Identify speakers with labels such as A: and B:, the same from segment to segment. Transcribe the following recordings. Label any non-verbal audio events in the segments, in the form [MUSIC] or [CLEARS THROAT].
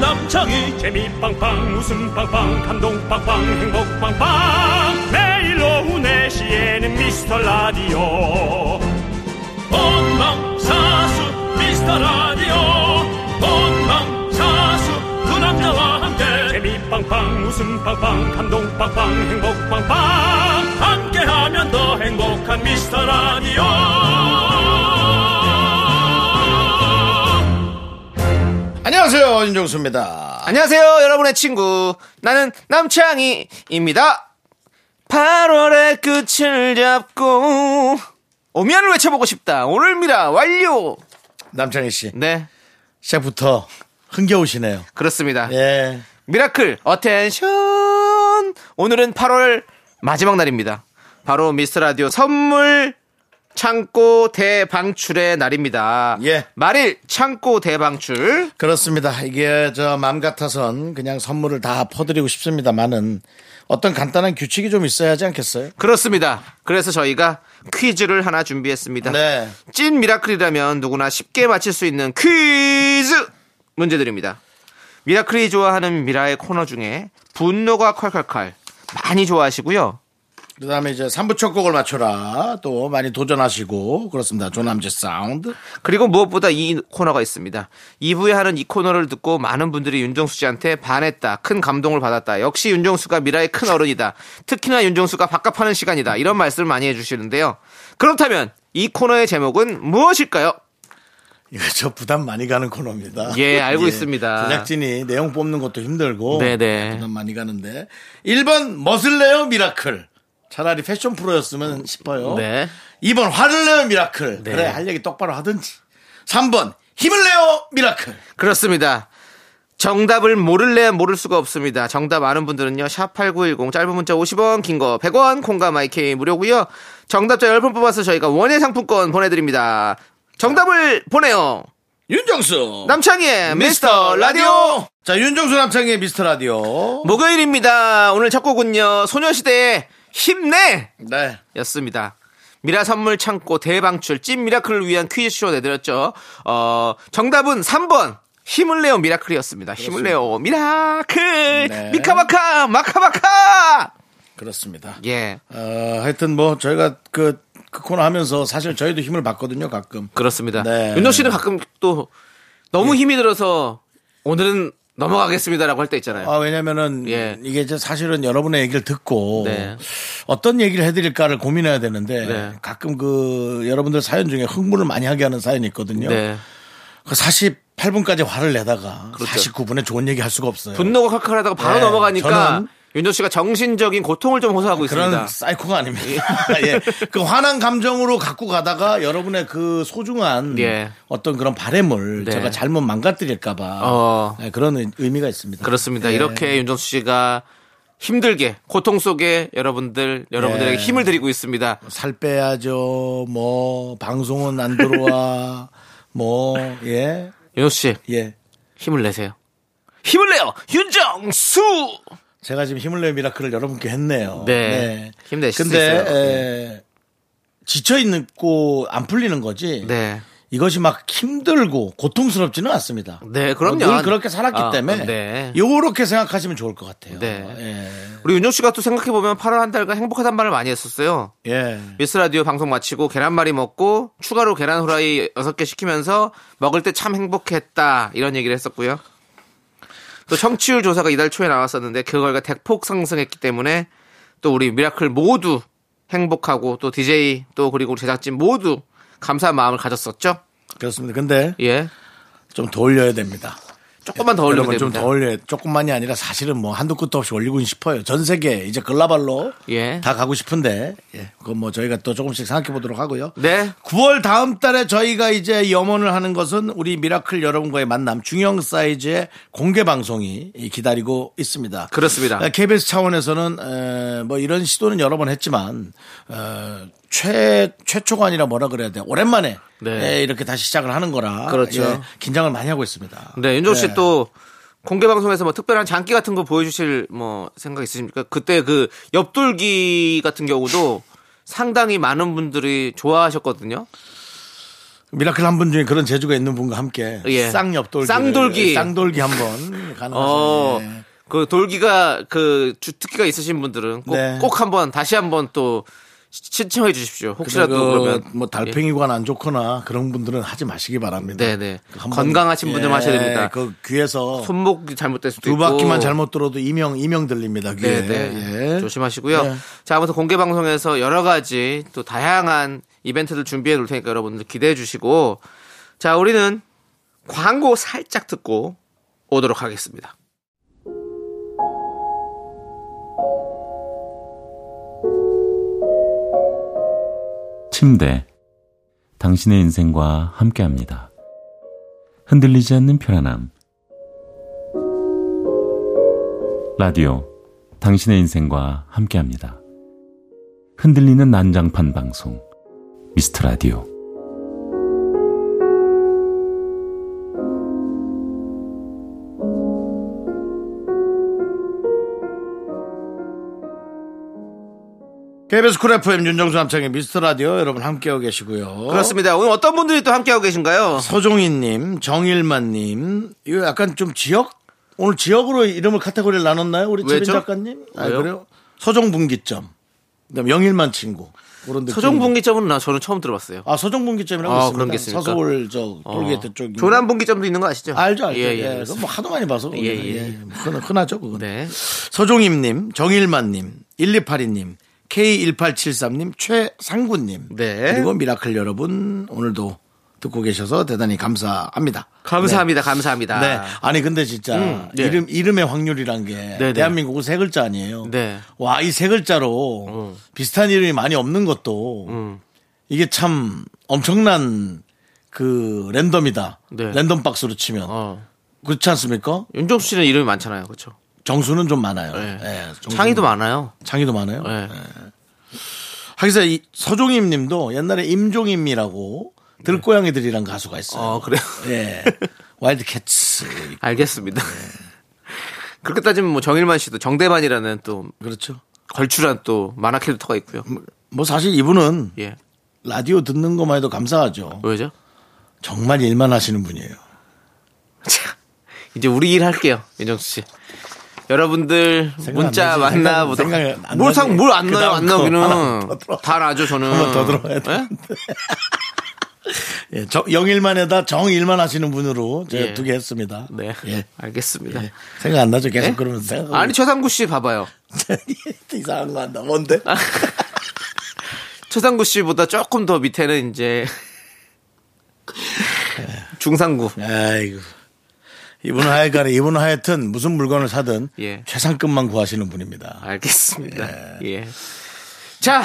A: 빵빵이 재미 빵빵 웃음 빵빵 감동 빵빵 행복 빵빵 매일 오후 네시에는 미스터 라디오 본방사수 미스터 라디오 본방사수 두 남자와 함께 재미 빵빵 웃음 빵빵 감동 빵빵 행복 빵빵 함께하면 더 행복한 미스터 라디오
B: 안녕하세요 윤정수입니다.
C: 안녕하세요, 여러분의 친구. 나는 남창희입니다. 8월의 끝을 잡고 오면을 외쳐보고 싶다. 오늘입니다. 완료.
B: 남창희 씨
C: 네,
B: 시작부터 흥겨우시네요.
C: 그렇습니다.
B: 예.
C: 미라클 어텐션. 오늘은 8월 마지막 날입니다. 바로 미스터 라디오 선물 창고 대방출의 날입니다.
B: 예.
C: 말일 창고 대방출.
B: 그렇습니다. 이게 저 마음 같아선 그냥 선물을 다 퍼드리고 싶습니다만은 어떤 간단한 규칙이 좀 있어야 하지 않겠어요?
C: 그렇습니다. 그래서 저희가 퀴즈를 하나 준비했습니다.
B: 네.
C: 찐 미라클이라면 누구나 쉽게 맞힐 수 있는 퀴즈 문제드립니다. 미라클이 좋아하는 미라의 코너 중에 분노가 칼칼칼 많이 좋아하시고요.
B: 그다음에 이제 3부 첫 곡을 맞춰라 또 많이 도전하시고 그렇습니다. 조남지 사운드.
C: 그리고 무엇보다 이 코너가 있습니다. 2부에 하는 이 코너를 듣고 많은 분들이 윤정수 씨한테 반했다. 큰 감동을 받았다. 역시 윤정수가 미라의 큰 어른이다. 특히나 윤정수가 바깥 파는 시간이다. 이런 말씀을 많이 해주시는데요. 그렇다면 이 코너의 제목은 무엇일까요?
B: 이거 저 부담 많이 가는 코너입니다.
C: 예, 알고 있습니다.
B: 제작진이 내용 뽑는 것도 힘들고
C: 네네.
B: 부담 많이 가는데 1번 멋을 내요 미라클. 차라리 패션 프로였으면 싶어요.
C: 네.
B: 2번 화를 내요 미라클. 그래 할 얘기 똑바로 하든지. 3번 힘을 내요 미라클.
C: 그렇습니다. 정답을 모를래 모를 수가 없습니다. 정답 아는 분들은요. 샵8910 짧은 문자 50원, 긴 거 100원, 콩과 마이케이 무료고요. 정답자 10분 뽑아서 저희가 원예 상품권 보내 드립니다. 정답을 보내요.
B: 윤정수.
C: 남창희의 미스터 라디오.
B: 자 윤정수 남창의 미스터
C: 뭐-
B: 라디오.
C: 목요일입니다. 오늘 첫 곡은요. 소녀시대의 힘내
B: 네.
C: 였습니다. 미라 선물 창고 대방출 찐 미라클을 위한 퀴즈쇼 내드렸죠. 어, 정답은 3번. 힘을 내요 미라클이었습니다. 힘을 내요 미라클
B: 네.
C: 미카마카 마카마카
B: 그렇습니다.
C: 예
B: 어, 하여튼 뭐 저희가 그, 그 코너 하면서 사실 저희도 힘을 받거든요 가끔.
C: 그렇습니다.
B: 네. 예.
C: 윤정 씨는 가끔 또 너무 힘이 들어서 오늘은 넘어가겠습니다라고 할 때 있잖아요.
B: 아, 왜냐면은
C: 예.
B: 이게 이제 사실은 여러분의 얘기를 듣고
C: 네.
B: 어떤 얘기를 해드릴까를 고민해야 되는데
C: 네.
B: 가끔 그 여러분들 사연 중에 흥분을 많이 하게 하는 사연이 있거든요.
C: 네
B: 그 48분까지 화를 내다가
C: 그렇죠.
B: 49분에 좋은 얘기 할 수가 없어요.
C: 분노가 칼칼하다가 바로
B: 네.
C: 넘어가니까
B: 저는-
C: 윤정 씨가 정신적인 고통을 좀 호소하고
B: 그런
C: 있습니다.
B: 사이코가 아닙니다. [LAUGHS] 예. 그 화난 감정으로 갖고 가다가 여러분의 그 소중한
C: 예.
B: 어떤 그런 바램을
C: 네.
B: 제가 잘못 망가뜨릴까봐
C: 어.
B: 예, 그런 의- 의미가 있습니다.
C: 그렇습니다.
B: 예.
C: 이렇게 윤정수 씨가 힘들게 고통 속에 여러분들 여러분들에게
B: 예.
C: 힘을 드리고 있습니다.
B: 살 빼야죠. 뭐 방송은 안
C: [LAUGHS]
B: 들어와. 뭐 예.
C: 윤정수 씨
B: 예.
C: 힘을 내세요. 힘을 내요, 윤정수.
B: 제가 지금 힘을 내요 미라클을 여러분께 했네요.
C: 네. 힘내실
B: 근데
C: 수 있어요.
B: 에, 지쳐 있고 안 풀리는 거지.
C: 네,
B: 이것이 막 힘들고 고통스럽지는 않습니다.
C: 네, 그럼요.
B: 어, 늘 그렇게 살았기
C: 아,
B: 때문에
C: 네.
B: 요렇게 생각하시면 좋을 것 같아요.
C: 네.
B: 예.
C: 우리 윤정수 씨가 또 생각해 보면 8월 한 달간 행복하단 말을 많이 했었어요.
B: 예.
C: 미스 라디오 방송 마치고 계란말이 먹고 추가로 계란 후라이 6개 시키면서 먹을 때 참 행복했다 이런 얘기를 했었고요. 또 청취율 조사가 이달 초에 나왔었는데 그 결과 대폭 상승했기 때문에 또 우리 미라클 모두 행복하고 또 DJ 또 그리고 제작진 모두 감사한 마음을 가졌었죠.
B: 그렇습니다. 근데
C: 예.
B: 좀 더 올려야 됩니다.
C: 네, 조금만 더 올리면 됩니다.
B: 좀더 올려 조금만이 아니라 사실은 뭐 한두 끝도 없이 올리고 싶어요. 전 세계 이제 글라발로
C: 예.
B: 다 가고 싶은데 예. 그건 뭐 저희가 또 조금씩 생각해 보도록 하고요.
C: 네.
B: 9월 다음 달에 저희가 이제 염원을 하는 것은 우리 미라클 여러분과의 만남 중형 사이즈의 공개 방송이 기다리고 있습니다.
C: 그렇습니다.
B: 어, KBS 차원에서는 에, 뭐 이런 시도는 여러 번 했지만 어, 최 최초가 아니라 뭐라 그래야 돼 오랜만에
C: 네.
B: 에, 이렇게 다시 시작을 하는 거라
C: 그렇죠.
B: 예, 긴장을 많이 하고 있습니다.
C: 네, 윤종
B: 네.
C: 씨또 공개 방송에서 뭐 특별한 장기 같은 거 보여주실 뭐 생각 있으십니까? 그때 그 옆돌기 같은 경우도 상당히 많은 분들이 좋아하셨거든요.
B: 미라클 한 분 중에 그런 재주가 있는 분과 함께
C: 예.
B: 쌍엽돌기 예,
C: 쌍돌기.
B: 쌍돌기 한번 아, 예. 가능하시네.
C: 어. 그 돌기가 그 주특기가 있으신 분들은 꼭,
B: 네.
C: 꼭 한번 다시 한번 또 신청해 주십시오. 혹시라도 그러면 예.
B: 뭐 달팽이관 안 좋거나 그런 분들은 하지 마시기 바랍니다.
C: 네네.
B: 한번-
C: 건강하신 분들 만 하셔야 됩니다.
B: 그 귀에서
C: 손목이 잘못될 수도
B: 두
C: 있고
B: 바퀴만 잘못 들어도 이명 이명 들립니다. 귀에.
C: 네네
B: 예.
C: 조심하시고요.
B: 네.
C: 자 아무튼 공개 방송에서 여러 가지 또 다양한 이벤트들 준비해 놓을 테니까 여러분들 기대해 주시고 자 우리는 광고 살짝 듣고 오도록 하겠습니다.
D: 침대. 당신의 인생과 함께 합니다. 흔들리지 않는 편안함. 라디오. 당신의 인생과 함께 합니다. 흔들리는 난장판 방송. 미스터 라디오.
B: KBS 쿨 FM 윤정수 남창의 미스터 라디오 여러분 함께하고 계시고요.
C: 그렇습니다. 오늘 어떤 분들이 또 함께하고 계신가요?
B: 서종인님, 정일만님, 이거 약간 좀 지역 오늘 지역으로 이름을 카테고리를 나눴나요, 우리 최빈
C: 왜죠?
B: 작가님? 아
C: 왜요?
B: 그래요? 서종분기점, 그다음 영일만 친구 그런 느낌.
C: 서종 분기점은 나 저는 처음 들어봤어요.
B: 아 서종분기점이라고
C: 아,
B: 있습니다.
C: 그런 게 있습니까?
B: 서서울 저
C: 어.
B: 돌게트 쪽이.
C: 조남 분기점도 있는 거 아시죠?
B: 알죠, 알죠.
C: 예,
B: 예,
C: 예.
B: 그거 뭐 하도 많이 봐서
C: 예, 예.
B: 흔, 흔하죠, 그거.
C: 네.
B: 서종임님, 정일만님, 1282님, K1873님, 최상구님.
C: 네.
B: 그리고 미라클 여러분, 오늘도 듣고 계셔서 대단히 감사합니다.
C: 감사합니다. 감사합니다.
B: 네. 아니, 근데 진짜
C: 네.
B: 이름, 이름의 확률이란 게
C: 네.
B: 대한민국 세 글자 아니에요.
C: 네. 음.
B: 와, 이 세 글자로 비슷한 이름이 많이 없는 것도 이게 참 엄청난 그 랜덤이다.
C: 네.
B: 랜덤 박스로 치면.
C: 어.
B: 그렇지 않습니까?
C: 윤종수 씨는 이름이 많잖아요. 그렇죠?
B: 정수는 좀 많아요.
C: 네.
B: 예, 정수는
C: 창의도 많아요.
B: 장이도 많아요.
C: 네.
B: 하기사 이 서종임 님도 옛날에 임종임이라고
C: 네.
B: 들고양이들이란 가수가 있어요.
C: 어, 그래요.
B: 예. 와일드 캣츠.
C: 알겠습니다. [LAUGHS] 그렇게 따지면 뭐 정일만 씨도 정대만이라는 또
B: 그렇죠.
C: 걸출한 또 만화 캐릭터가 있고요.
B: 뭐 사실 이분은
C: 예.
B: 라디오 듣는 것만 해도 감사하죠.
C: 왜죠? [LAUGHS]
B: 정말 일만 하시는 분이에요.
C: 자, 이제 우리 일 할게요. 윤정수 씨. 여러분들
B: 생각 안
C: 문자
B: 나지.
C: 만나보도록
B: 생각- 생각 안 나지.
C: 뭘상뭘안
B: 그
C: 나요?
B: 다음
C: 안
B: 거
C: 나오기는
B: 하나 더 들어.
C: 다 나죠 저는.
B: 한번 더 들어가야 돼.
C: 예?
B: 예, 정, 영일만에다 정일만 하시는 분으로 제가
C: 예.
B: 두 개 했습니다.
C: 네.
B: 예.
C: 알겠습니다.
B: 예. 생각 안 나죠? 계속
C: 예?
B: 그러면서 생각
C: 아니 최상구 씨 봐봐요.
B: [LAUGHS] 이상한 거 한다. 뭔데?
C: 아. 최상구 씨보다 조금 더
B: [LAUGHS]
C: 밑에는 이제
B: 예.
C: 중상구.
B: 아이고. 이분 하여간 이분 하여튼 무슨 물건을 사든
C: 예.
B: 최상급만 구하시는 분입니다. 네.
C: 알겠습니다. 예. 자,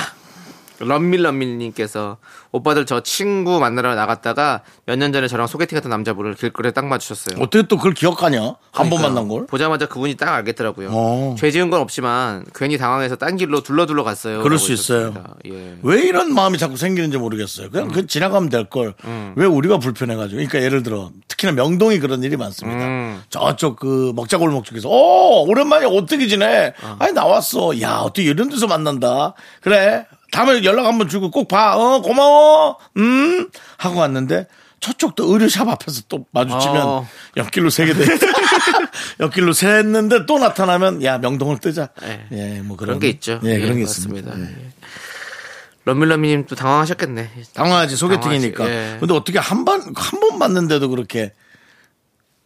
C: 럼밀럼밀님께서 오빠들 저 친구 만나러 나갔다가 몇 년 전에 저랑 소개팅 했던 남자분을 길거리에 딱 마주쳤어요.
B: 어떻게 또 그걸 기억하냐? 한 번 만난 걸?
C: 보자마자 그분이 딱 알겠더라고요.
B: 어.
C: 죄 지은 건 없지만 괜히 당황해서 딴 길로 둘러둘러 갔어요.
B: 그럴
C: 라고
B: 수 있어요.
C: 해주셨습니다. 예.
B: 왜 이런 마음이 자꾸 생기는지 모르겠어요. 그냥 그 지나가면 될 걸. 왜 우리가 불편해가지고. 그러니까 예를 들어 특히나 명동이 그런 일이 많습니다. 저쪽 그 먹자골목 쪽에서 어 오랜만에 어떻게 지내? 아니 나왔어. 야 어떻게 이런 데서 만난다. 그래 다음에 연락 한번 주고 꼭 봐. 어 고마워. 음 하고 왔는데 저쪽도 의류샵 앞에서 또 마주치면
C: 어.
B: 옆길로 새게 돼. [LAUGHS] 옆길로 샜는데 또 나타나면 야 명동을 뜨자.
C: 예.
B: 예 뭐 그런
C: 그런 게 있죠.
B: 예 그런 게
C: 맞습니다.
B: 있습니다. 예.
C: 예. 럼밀럼밀님 또 당황하셨겠네.
B: 당황하지 소개팅이니까.
C: 당황하지, 예.
B: 근데 어떻게 한 번 한 번 봤는데도 그렇게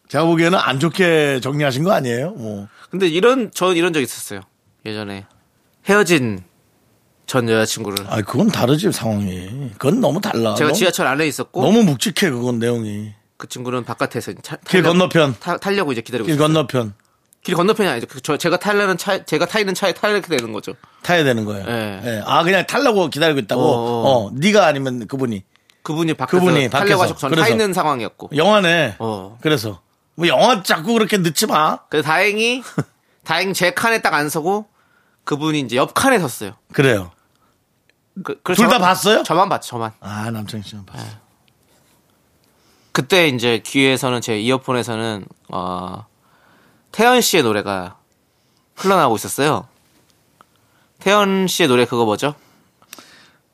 B: 제가 보기에는 안 좋게 정리하신 거 아니에요? 뭐
C: 근데 이런 전 이런 적 있었어요. 예전에 헤어진 전 여자친구를
B: 아, 그건 다르지 상황이. 그건 너무 달라.
C: 제가
B: 아, 너무,
C: 지하철 안에 있었고
B: 너무 묵직해 그건 내용이.
C: 그 친구는 바깥에서 차,
B: 길
C: 타려고-
B: 건너편.
C: 타, 타려고 이제 기다리고
B: 길
C: 있어요.
B: 건너편
C: 길 건너편이 아니죠. 그 저, 제가 타려는 차, 제가 타 있는 차에 타려게 되는 거죠.
B: 타야 되는 거예요.
C: 예.
B: 예. 아 그냥 탈라고 기다리고 있다고.
C: 어.
B: 어, 네가 아니면 그분이
C: 그분이 밖에서
B: 그분이 밖에서.
C: 타려고 하셨고 저는 타
B: 그래서.
C: 있는 상황이었고.
B: 영화네.
C: 어.
B: 그래서 뭐 영화 자꾸 그렇게 늦지 마.
C: 그래서
B: [LAUGHS]
C: 다행히 다행히 제 칸에 딱 안 서고 그분이 이제 옆 칸에 섰어요.
B: 그래요.
C: 그, 그래서
B: 둘 다
C: 저만-
B: 봤어요?
C: 저만 봤죠. 저만.
B: 아 남창희 씨는 봤어.
C: 그때 이제 귀에서는 제 이어폰에서는 어, 태연 씨의 노래가 흘러나오고 있었어요. 태연 씨의 노래 그거 뭐죠?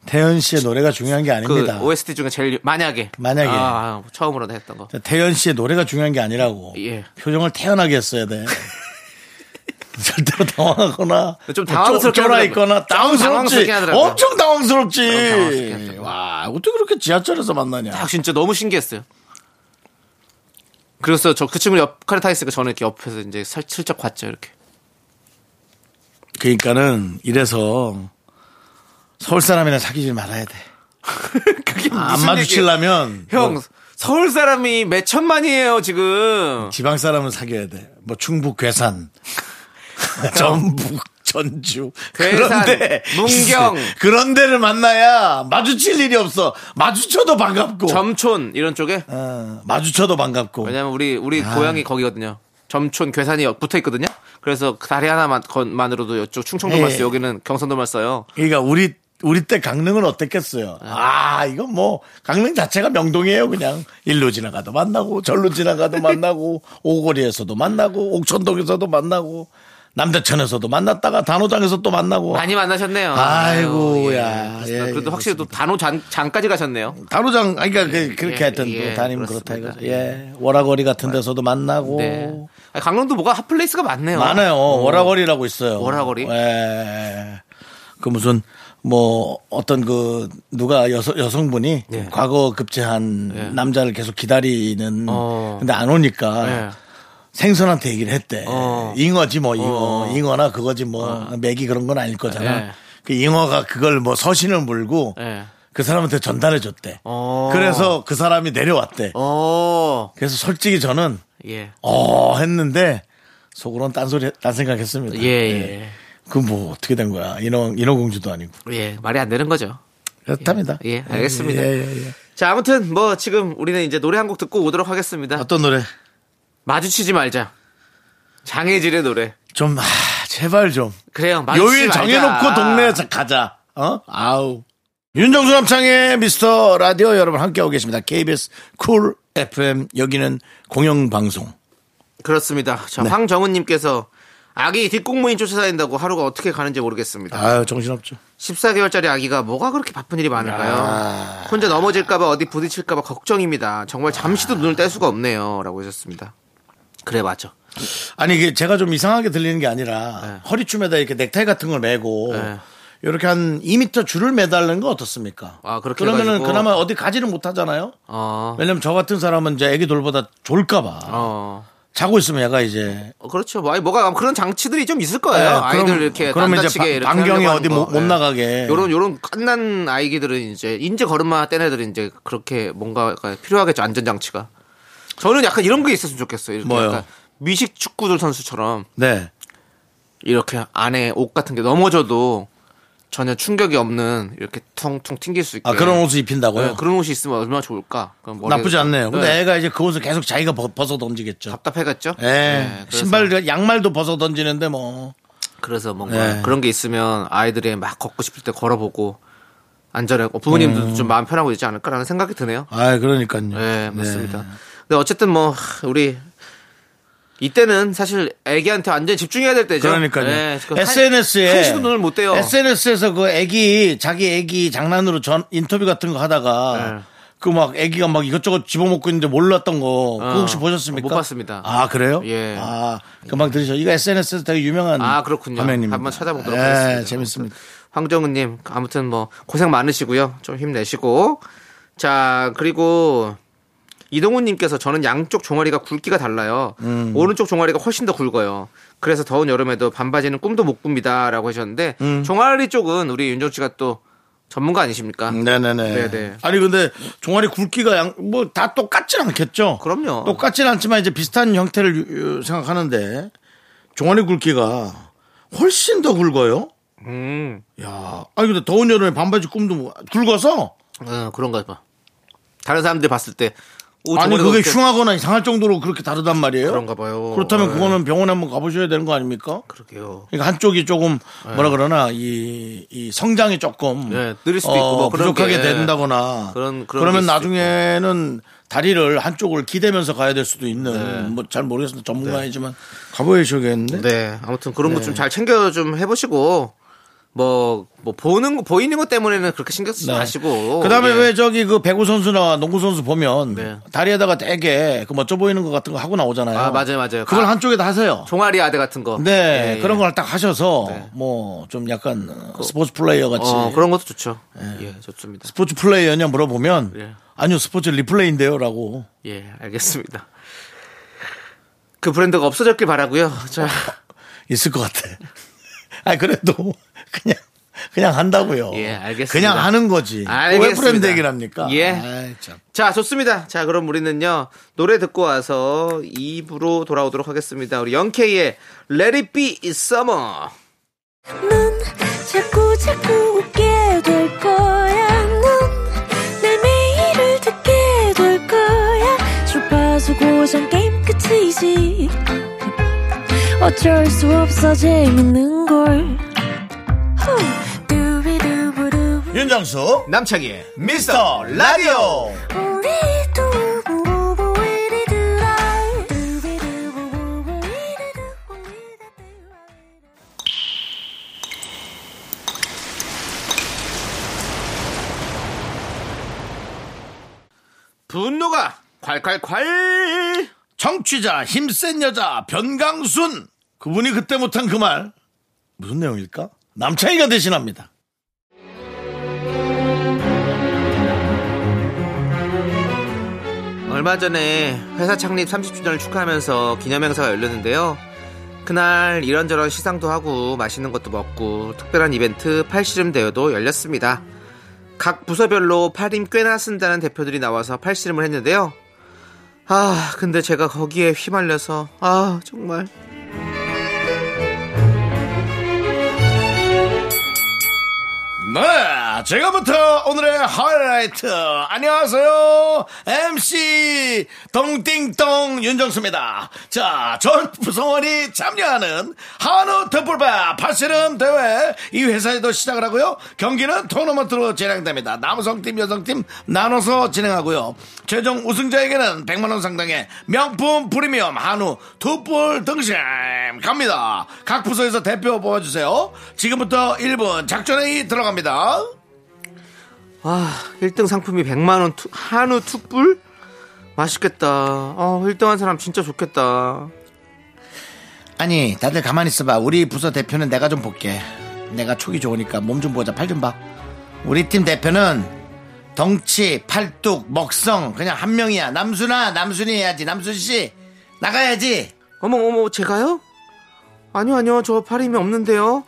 B: 태연 씨의 노래가 중요한 게 아닙니다.
C: 그 OST 중에 제일 유- 만약에
B: 만약에.
C: 아, 아, 처음으로 했던 거.
B: 자, 태연 씨의 노래가 중요한 게 아니라고.
C: 예.
B: 표정을 태연하게 했어야
C: [LAUGHS]
B: 돼. 절대로 당황하거나 뭐
C: 좀 당황스럽게
B: 쫄아
C: 하더라고요.
B: 있거나
C: 좀
B: 당황스럽지.
C: 당황스럽게 하더라고요.
B: 엄청
C: 좀 당황스럽게
B: 당황스럽지.
C: 하더라고요.
B: 와 어떻게 그렇게 지하철에서 만나냐.
C: 딱 진짜 너무 신기했어요. 그래서 저 그 친구 옆카에 타 있으니까 저는 이렇게 옆에서 이제 살, 슬쩍 봤죠 이렇게.
B: 그러니까는 이래서 서울 사람이나 사귀지 말아야 돼.
C: 그게
B: 안
C: 무슨 얘기예요?
B: 마주치려면
C: 아, 형
B: 뭐
C: 서울 사람이 몇 천만이에요 지금.
B: 지방 사람은 사귀어야 돼. 뭐 충북
C: [LAUGHS]
B: 괴산, 전북, 전주,
C: 괴산,
B: 그런데
C: 문경.
B: 그런 데를 만나야 마주칠 일이 없어. 마주쳐도
C: 어.
B: 반갑고,
C: 점촌 이런 쪽에
B: 어, 마주쳐도 반갑고.
C: 왜냐면 우리 우리 고향이 거기거든요. 점촌 괴산이 붙어 있거든요. 그래서 그 다리 하나만 건만으로도 이쪽 충청도만
B: 예.
C: 써요. 여기는 경상도만 써요.
B: 그러니까 우리 우리 때 강릉은 어땠겠어요? 아, 이건 뭐 강릉 자체가 명동이에요, 그냥 일로 지나가도 만나고 절로 지나가도 만나고 [LAUGHS] 오거리에서도 만나고 옥천동에서도 만나고 남대천에서도 만났다가 단호당에서 또 만나고
C: 많이 만나셨네요.
B: 아이고야.
C: 아유, 예.
B: 예,
C: 그래도
B: 예,
C: 확실히 또 단호 장, 장까지 가셨네요.
B: 단호장 아니 그러니까 그- 그렇게
C: 예,
B: 하여튼
C: 예,
B: 다니면
C: 그렇습니다.
B: 그렇다 이거죠. 예. 워라거리 같은 데서도 만나고
C: 네. 아, 강릉도 뭐가 핫플레이스가 많네요. 어.
B: 많아요. 워라거리라고 있어요.
C: 워라거리?
B: 예. 그 무슨 뭐 어떤 그 누가 여성 여성분이
C: 네.
B: 과거 급제한 남자를 계속 기다리는
C: 예. 어.
B: 근데 안 오니까
C: 예.
B: 생선한테 얘기를 했대.
C: 어.
B: 잉어지 뭐 잉어, 잉어나 그거지 뭐 맥이 그런 건 아닐 거잖아.
C: 예.
B: 그 잉어가 그걸 뭐 서신을 물고
C: 예.
B: 그 사람한테 전달해 줬대.
C: 어.
B: 그래서 그 사람이 내려왔대.
C: 어.
B: 그래서 솔직히 저는
C: 예.
B: 어 했는데 속으론 딴 소리 딴 생각했습니다.
C: 예, 예.
B: 그 뭐 어떻게 된 거야? 인어 인어공주도 아니고
C: 예. 말이 안 되는 거죠.
B: 그렇답니다.
C: 예, 알겠습니다.
B: 예, 예, 예.
C: 자, 아무튼 뭐 지금 우리는 이제 노래 한 곡 듣고 오도록 하겠습니다.
B: 어떤 노래?
C: 마주치지 말자. 장혜질의 노래.
B: 좀 아, 제발 좀
C: 그래요. 마주치지
B: 요일
C: 말자.
B: 정해놓고 동네에 서 가자. 어? 아우. 윤정수 남창의 미스터 라디오 여러분 함께하고 계십니다. KBS 쿨 FM 여기는 공영방송.
C: 그렇습니다. 자,
B: 네.
C: 황정은님께서 아기 뒷공무인 쫓아다닌다고 하루가 어떻게 가는지 모르겠습니다.
B: 아유 정신없죠.
C: 14개월짜리 아기가 뭐가 그렇게 바쁜 일이 많을까요?
B: 아.
C: 혼자 넘어질까봐 어디 부딪힐까봐 걱정입니다. 정말 잠시도 눈을 뗄 수가 없네요. 라고 하셨습니다. 그래, 맞죠.
B: 아니 이게 제가 좀 이상하게 들리는 게 아니라 허리춤에다 이렇게 넥타이 같은 걸 매고
C: 네.
B: 이렇게 한 2미터 줄을 매달는 거 어떻습니까?
C: 아, 그렇게
B: 그러면은
C: 해가지고.
B: 그나마 어디 가지는 못하잖아요.
C: 어,
B: 왜냐면 저 같은 사람은 이제 애기 돌보다 졸까봐
C: 어.
B: 자고 있으면 얘가 이제
C: 어, 그렇죠. 뭐, 아니, 뭐가 그런 장치들이 좀 있을
B: 네,
C: 거예요. 아이들
B: 그럼-
C: 이렇게
B: 그러면 이제
C: 단다치게
B: 바-
C: 이렇게
B: 반경이
C: 하려고
B: 어디
C: 하는 거. 네.
B: 못- 못 나가게.
C: 요런 요런 깐난 아이기들은 이제 인제 걸음마 떼내들은 이제 그렇게 뭔가 필요하겠죠 안전 장치가. 저는 약간 이런 게 있었으면 좋겠어요. 이렇게
B: 뭐요?
C: 약간 미식 축구들 선수처럼
B: 네.
C: 이렇게 안에 옷 같은 게 넘어져도 전혀 충격이 없는 이렇게 퉁퉁 튕길 수 있게.
B: 아 그런 옷을 입힌다고요?
C: 네, 그런 옷이 있으면 얼마나 좋을까. 그럼 머리에-
B: 나쁘지 않네요. 근데
C: 네,
B: 애가 이제 그 옷을 계속 자기가 벗- 벗어 던지겠죠.
C: 답답해겠죠.
B: 예.
C: 네, 그래서-
B: 신발 양말도 벗어 던지는데 뭐
C: 그래서 뭔가
B: 예.
C: 그런 게 있으면 아이들이 막 걷고 싶을 때 걸어보고 안전하고 부모님들도 좀 마음 편하고 있지 않을까라는 생각이 드네요.
B: 아, 그러니까요.
C: 네, 맞습니다. 근데 어쨌든 뭐 하, 우리 이때는 사실 애기한테 완전 히 집중해야 될 때죠.
B: 그러니까요.
C: 네, 그 한-
B: SNS에
C: 한시도 눈을 못 떼요.
B: SNS에서 그 애기 자기 애기 장난으로 전 인터뷰 같은 거 하다가
C: 네.
B: 그 막 애기가 막 이것저것 집어먹고 있는데 몰랐던 거 그거 혹시
C: 어,
B: 보셨습니까?
C: 못 봤습니다.
B: 아 그래요?
C: 예.
B: 아 금방 들으셔. 이거 SNS에서 되게 유명한
C: 아 그렇군요.
B: 음, 화면입니다.
C: 한번 찾아보도록
B: 예,
C: 하겠습니다.
B: 재밌습니다.
C: 황정은님 아무튼 뭐 고생 많으시고요. 좀 힘내시고 자 그리고 이동훈님께서 저는 양쪽 종아리가 굵기가 달라요.
B: 음.
C: 오른쪽 종아리가 훨씬 더 굵어요. 그래서 더운 여름에도 반바지는 꿈도 못 꿉니다라고 하셨는데
B: 음.
C: 종아리 쪽은 우리 윤정 씨가 또 전문가 아니십니까?
B: 음. 네네네.
C: 네네.
B: 아니 근데 종아리 굵기가 뭐 다 똑같진 않겠죠?
C: 그럼요.
B: 똑같진 않지만 이제 비슷한 형태를 유- 유- 생각하는데 종아리 굵기가 훨씬 더 굵어요.
C: 음,
B: 야, 아니 근데 더운 여름에 반바지 꿈도 뭐- 굵어서
C: 어, 그런가 봐. 다른 사람들이 봤을 때 오,
B: 아니
C: 종아리가
B: 그게
C: 그렇게
B: 흉하거나 이상할 정도로 그렇게 다르단 말이에요.
C: 그런가 봐요.
B: 그렇다면
C: 네.
B: 그거는 병원에 한번 가보셔야 되는 거 아닙니까?
C: 그러게요.
B: 그러니까 한쪽이 조금 뭐라 그러나 이, 이 성장이 조금 어,
C: 네, 느릴 수도 있고 뭐 그런
B: 부족하게
C: 게
B: 된다거나
C: 그런- 그런
B: 그
C: 게
B: 러면
C: 있을
B: 나중에는 다리를 한쪽을 기대면서 가야 될 수도 있는
C: 네.
B: 뭐 잘 모르겠습니다 전문가이지만 가보셔야겠는데 네.
C: 네, 아무튼 그런 거 좀 잘 챙겨 좀 해보시고 뭐, 뭐 보는 거- 보이는 것 때문에는 그렇게 신경 쓰지 마시고.
B: 네. 그다음에
C: 네, 예.
B: 왜 저기 그 배구 선수나 농구 선수 보면
C: 네.
B: 다리에다가 되게 그 멋져 보이는 것 같은 거 하고 나오잖아요.
C: 아, 맞아요, 맞아요.
B: 그걸
C: 아,
B: 한쪽에다 하세요.
C: 종아리 아대 같은 거.
B: 네,
C: 예,
B: 그런
C: 예.
B: 걸 딱 하셔서
C: 네.
B: 뭐 좀 약간 스포츠 플레이어 같이
C: 어, 그런 것도 좋죠. 예, 좋습니다.
B: 스포츠 플레이어냐 물어보면
C: 예.
B: 아니요 스포츠 리플레이인데요라고
C: 예, 알겠습니다. 그 브랜드가 없어졌길 바라고요. 자,
B: 있을 것 같아. [LAUGHS] 아 그래도 그냥 그냥 한다고요.
C: 예, 알겠습니다.
B: 그냥 하는 거지. 왜
C: 알겠습니다.
B: 프레임 얘기를 합니까?
C: 예.
B: 아이, 참.
C: 자, 좋습니다. 자, 그럼 우리는요 노래 듣고 와서 입으로 돌아오도록 하겠습니다. 우리 영케이의 Let It Be It's Summer.
E: 넌 자꾸 자꾸 웃게 될 거야. 넌내 매일을 듣게 될 거야. 주파수 고정 게임 끝이지. 어쩔 수 없어 재밌는 걸. 후. 두비두부두.
B: 윤정수
C: 남창희의
B: 미스터 라디오.
E: 우리 두부부부 우리들아. 두비두부부부 우리들 우리들.
C: 분노가 콸콸콸.
B: 정취자 힘센 여자 변강순 그분이 그때 못한 그 말 무슨 내용일까? 남창희가 대신합니다.
C: 얼마 전에 회사 창립 30주년을 축하하면서 기념행사가 열렸는데요. 그날 이런저런 시상도 하고 맛있는 것도 먹고 특별한 이벤트 팔씨름 대회도 열렸습니다. 각 부서별로 팔힘 꽤나 쓴다는 대표들이 나와서 팔씨름을 했는데요. 아, 근데 제가 거기에 휘말려서 아, 정말
B: 네, 제가부터 오늘의 하이라이트. 안녕하세요. MC 동띵동 윤정수입니다. 자, 전 부성원이 참여하는 한우 덤불바 파시름 대회 이 회사에도 시작을 하고요. 경기는 [LAUGHS] 토너먼트로 진행됩니다. 남성팀, 여성팀 나눠서 진행하고요. 최종 우승자에게는 100만원 상당의 명품 프리미엄 한우 두뿔 등심 갑니다. 각 부서에서 대표 뽑아주세요. 지금부터 1분 작전회의 들어갑니다.
C: 와, 아, 1등 상품이 100만원 한우 툭불? 맛있겠다. 어, 1등 한 사람 진짜 좋겠다.
B: 아니 다들 가만히 있어봐 우리 부서 대표는 내가 좀 볼게 내가 촉이 좋으니까 몸 좀 보자 팔 좀 봐 우리 팀 대표는 덩치 팔뚝 먹성 그냥 한 명이야 남순아 남순이 해야지 남순씨 나가야지
C: 어머 어머 제가요? 아니요 아니요 저 팔힘이 없는데요.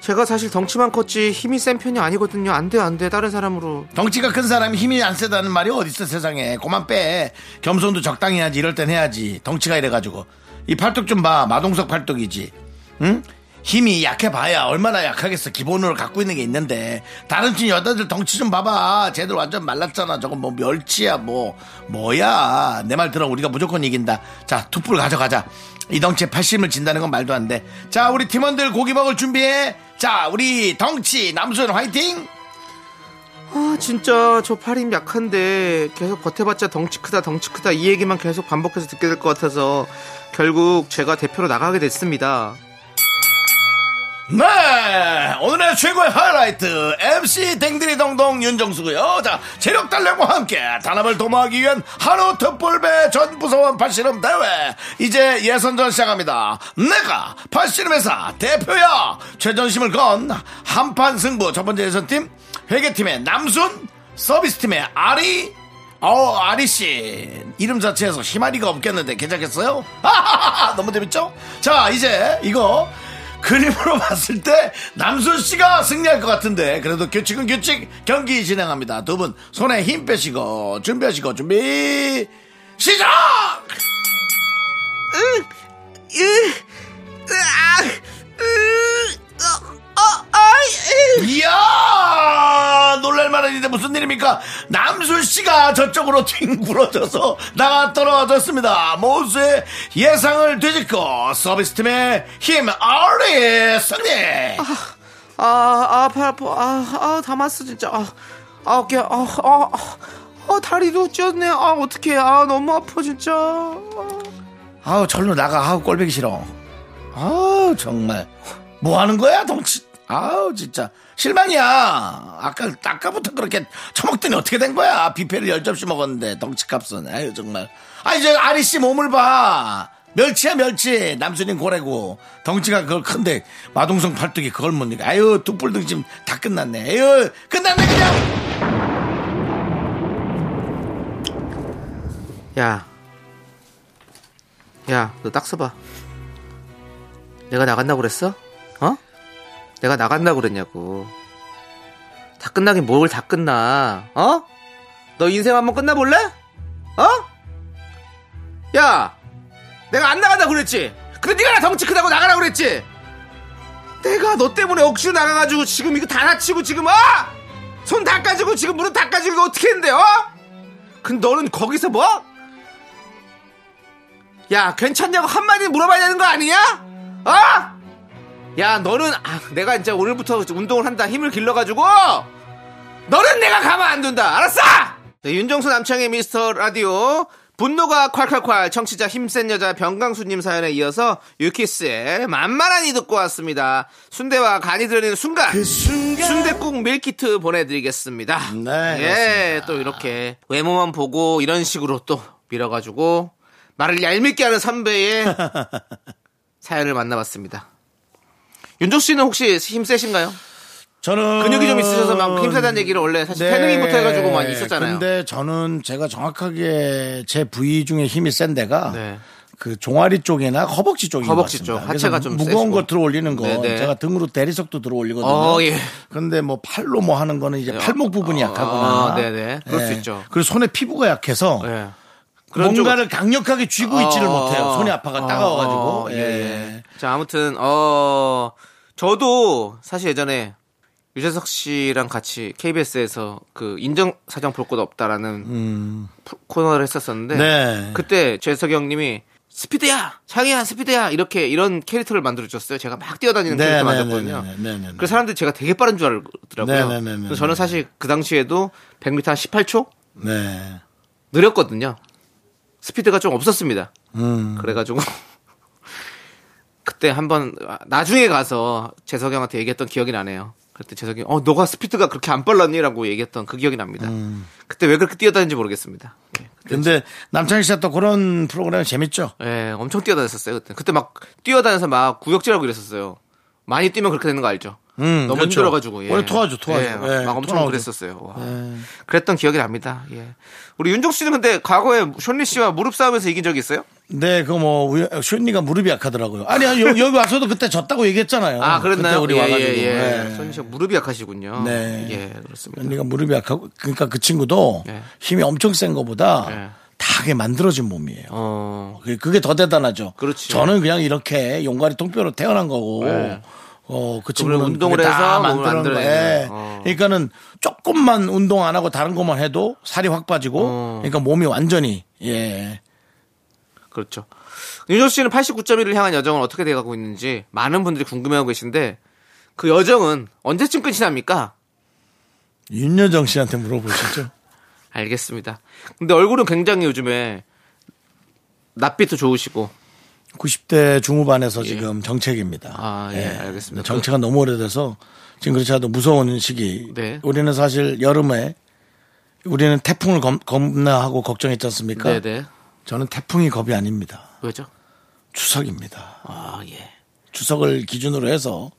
C: 제가 사실 덩치만 컸지 힘이 센 편이 아니거든요. 안 돼요 안 돼. 다른 사람으로.
B: 덩치가 큰 사람이 힘이 안 세다는 말이 어딨어 세상에 그만 빼 겸손도 적당히 해야지 이럴 땐 해야지 덩치가 이래가지고 이 팔뚝 좀 봐 마동석 팔뚝이지 응? 힘이 약해 봐야 얼마나 약하겠어 기본으로 갖고 있는 게 있는데 다른 팀 여자들 덩치 좀 봐봐 쟤들 완전 말랐잖아 저건 뭐 멸치야 뭐 뭐야 내 말 들어 우리가 무조건 이긴다 자 투뿔 가져가자 이 덩치에 팔심을 진다는 건 말도 안돼자 우리 팀원들 고기 먹을 준비해 자 우리 덩치 남순 화이팅
C: 아 진짜 저 팔힘 약한데 계속 버텨봤자 덩치 크다 덩치 크다 이 얘기만 계속 반복해서 듣게 될 것 같아서 결국 제가 대표로 나가게 됐습니다.
B: 네 오늘의 최고의 하이라이트 MC 댕드리동동 윤정수고요 자 체력 단련과 함께 단합을 도모하기 위한 하루 특불배 전 부서원 팔씨름 대회 이제 예선전 시작합니다 내가 팔씨름 회사 대표야 최전심을 건 한판 승부 첫 번째 예선팀 회계팀의 남순 서비스팀의 아리 어 아리씨 이름 자체에서 희마리가 없겠는데 괜찮겠어요? [LAUGHS] 너무 재밌죠? 자 이제 이거 그림으로 [LAUGHS] 봤을 때 남순 씨가 승리할 것 같은데 그래도 규칙은 규칙 경기 진행합니다. 두 분 손에 힘 빼시고 준비하시고 준비 시작! 이야 놀랄만한데 무슨 일입니까? 남순 씨가 저쪽으로 뒹굴어져서 나가 떨어졌습니다. 모수의 예상을 되짚고 서비스 팀의 힘 아리 승리.
C: 아아팔 아파 아아 담았어 진짜 아, 아 어깨 아아 아, 아, 다리도 찢었네 아 어떡해 아 너무 아파 진짜 아.
B: 아우 절로 나가 아우 꼴보기 싫어. 아우 정말 뭐 하는 거야 덩치 아우 진짜 실망이야. 아까 아까부터 그렇게 처먹더니 어떻게 된 거야? 뷔페를 열 접시 먹었는데 덩치값은 아유 정말. 아니 저 아리 씨 몸을 봐. 멸치야 멸치 남순인 고래고 덩치가 그걸 큰데 마동성 팔뚝이 그걸 못 이겨 아유 뚝불등 지금 다 끝났네 아유 끝났네 그냥
C: 야. 야, 너 딱 서봐. 내가 나간다고 그랬어? 어? 내가 나간다고 그랬냐고. 다 끝나긴 뭘 다 끝나. 어? 너 인생 한번 끝나볼래? 어? 야! 내가 안 나간다고 그랬지? 근데 네가 나 덩치 크다고 나가라고 그랬지? 내가 너 때문에 억지로 나가가지고 지금 이거 다 다치고 지금 어? 손 다 까지고 지금 무릎 다 까지고 이거 어떻게 했는데 어? 근데 너는 거기서 뭐? 야, 괜찮냐고 한마디 물어봐야 되는 거 아니야? 어? 야, 너는, 아, 내가 이제 오늘부터 운동을 한다. 힘을 길러가지고, 너는 내가 가만 안 둔다. 알았어! 네, 윤정수 남창의 미스터 라디오. 분노가 콸콸콸 청취자 힘센 여자 병강수님 사연에 이어서 유키스의 만만한이 듣고 왔습니다. 순대와 간이 들어있는 순간
B: 그
C: 순대국 밀키트 보내드리겠습니다.
B: 네,
C: 예, 또 이렇게 외모만 보고 이런 식으로 또 밀어가지고 말을 얄밉게 하는
B: [LAUGHS]
C: 선배의 사연을 만나봤습니다. 윤종 씨는 혹시 힘세신가요?
B: 저는
C: 근육이 좀 있으셔서 막 힘세다는 얘기를 원래 사실 네. 태능이부터 해가지고 많이 있었잖아요.
B: 네, 근데 저는 제가 정확하게 제 부위 중에 힘이 센 데가
C: 네.
B: 그 종아리 쪽이나 허벅지 쪽인
C: 허벅지
B: 것 같습니다.
C: 쪽,
B: 그래서
C: 하체가 좀
B: 무거운
C: 세시고.
B: 거 들어 올리는 거
C: 네네.
B: 제가 등으로 대리석도 들어 올리거든요.
C: 어, 예.
B: 근데 뭐 팔로 뭐 하는 거는 이제 팔목 부분이
C: 어,
B: 약하거나. 예.
C: 아, 네네. 그럴 수 있죠.
B: 그리고 손에 피부가 약해서
C: 예. 그런
B: 뭔가를 강력하게 쥐고 있지를
C: 어,
B: 못해요. 손이 아파가
C: 어,
B: 따가워가지고.
C: 어,
B: 예.
C: 예. 자, 아무튼, 어, 저도 사실 예전에 유재석 씨랑 같이 KBS에서 그 인정사정 볼 곳 없다라는 프- 코너를 했었었는데.
B: 음. 네.
C: 그때 재석이 형님이 스피드야! 창이야, 스피드야! 이렇게 이런 캐릭터를 만들어줬어요. 제가 막 뛰어다니는
B: 네,
C: 캐릭터
B: 네,
C: 만들었거든요.
B: 네, 네, 네, 네.
C: 그래서 사람들이 제가 되게 빠른 줄
B: 네, 네,
C: 알더라고요.
B: 네, 네,
C: 그래서
B: 네.
C: 저는 사실 그 당시에도 100m 한 18초?
B: 네.
C: 느렸거든요. 스피드가 좀 없었습니다.
B: 음.
C: 음. 그래가지고 [LAUGHS] 그때 한번 나중에 가서 재석이 형한테 얘기했던 기억이 나네요. 그때 재석이 어 너가 스피드가 그렇게 안 빨랐니라고 얘기했던 그 기억이 납니다.
B: 음.
C: 그때 왜 그렇게 뛰어다니는지 모르겠습니다. 예,
B: 근데 남창희 씨가 또 그런 프로그램 재밌죠?
C: 예, 엄청 뛰어다녔었어요 그때. 그때 막 뛰어다녀서 막 구역질하고 이랬었어요. 많이 뛰면 그렇게 되는 거 알죠?
B: 음,
C: 너무
B: 그렇죠.
C: 힘들어가지고 예.
B: 원래 토하죠, 토하죠.
C: 예, 막,
B: 예,
C: 막 엄청
B: 토나오죠. 예.
C: 그랬었어요. 와. 그랬던 기억이 납니다. 예. 우리 윤종 씨는 근데 과거에 쇼리 씨와 무릎 싸움에서 이긴 적이 있어요?
B: 네, 그거 뭐, 우연- 쇼니가 무릎이 약하더라고요. 아니, 아니, 여- 여기 와서도 그때 졌다고 얘기했잖아요.
C: 아, 그랬나요?
B: 어, 그때 우리
C: 예,
B: 와가지고.
C: 예, 예.
B: 네.
C: 손희 씨가 무릎이 약하시군요.
B: 네.
C: 예, 그렇습니다.
B: 쇼니가 무릎이 약하고, 그러니까 그 친구도
C: 예.
B: 힘이 엄청 센 거보다
C: 예.
B: 다하게 만들어진 몸이에요.
C: 어,
B: 그게- 그게 더 대단하죠.
C: 그렇지.
B: 저는 그냥 이렇게 용가리 통뼈로 태어난 거고. 어, 그 친구는
C: 예. 운동을
B: 그게 다
C: 해서 몸을
B: 만드는
C: 만들어낸
B: 거예요.
C: 거예요. 어.
B: 그러니까는 조금만 운동 안 하고 다른 것만 해도 살이 확 빠지고,
C: 어.
B: 그러니까 몸이 완전히 예.
C: 그렇죠. 윤종 씨는 89.1을 향한 여정은 어떻게 돼가고 있는지 많은 분들이 궁금해하고 계신데 그 여정은 언제쯤 끝이 납니까?
B: 윤여정 씨한테 물어보시죠.
C: 알겠습니다. 근데 얼굴은 굉장히 요즘에 낯빛도 좋으시고
B: 90대 중후반에서 지금 정책입니다.
C: 예. 아, 예, 알겠습니다.
B: 정체가 너무 오래돼서 지금 그렇지 않아도 무서운 시기.
C: 네.
B: 우리는 사실 여름에 우리는 태풍을 겁, 겁나 하고 걱정했지 않습니까?
C: 네네.
B: 저는 태풍이 겁이 아닙니다.
C: 왜죠?
B: 추석입니다.
C: 아, 예.
B: 추석을 기준으로 해서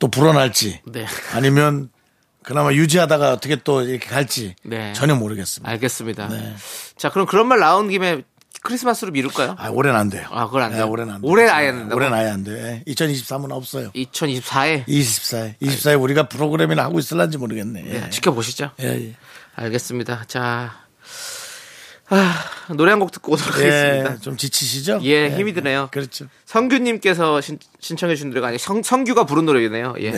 B: 또 불어날지
C: 네. [LAUGHS]
B: 아니면 그나마 유지하다가 어떻게 또 이렇게 갈지
C: 네.
B: 전혀 모르겠습니다.
C: 알겠습니다.
B: 네.
C: 자, 그럼 그런 말 나온 김에 크리스마스로 미룰까요?
B: 아, 올해는 안 돼요.
C: 아, 그건 안
B: 예,
C: 돼요?
B: 올해는 안 돼요.
C: 올해는 아예 안 된다고?
B: 올해는 아예 안 돼요. 2023은 없어요.
C: 2024에
B: 24일. 24일 우리가 프로그램이나 하고 있을란지 모르겠네. 예.
C: 지켜보시죠.
B: 예, 예.
C: 알겠습니다. 자, 아, 노래 한 곡 듣고 오도록
B: 예,
C: 하겠습니다.
B: 좀 지치시죠?
C: 예, 힘이 드네요.
B: 그렇죠.
C: 성규님께서 신, 청해주신 노래가 아니라 성, 성규가 부른 노래이네요. 예.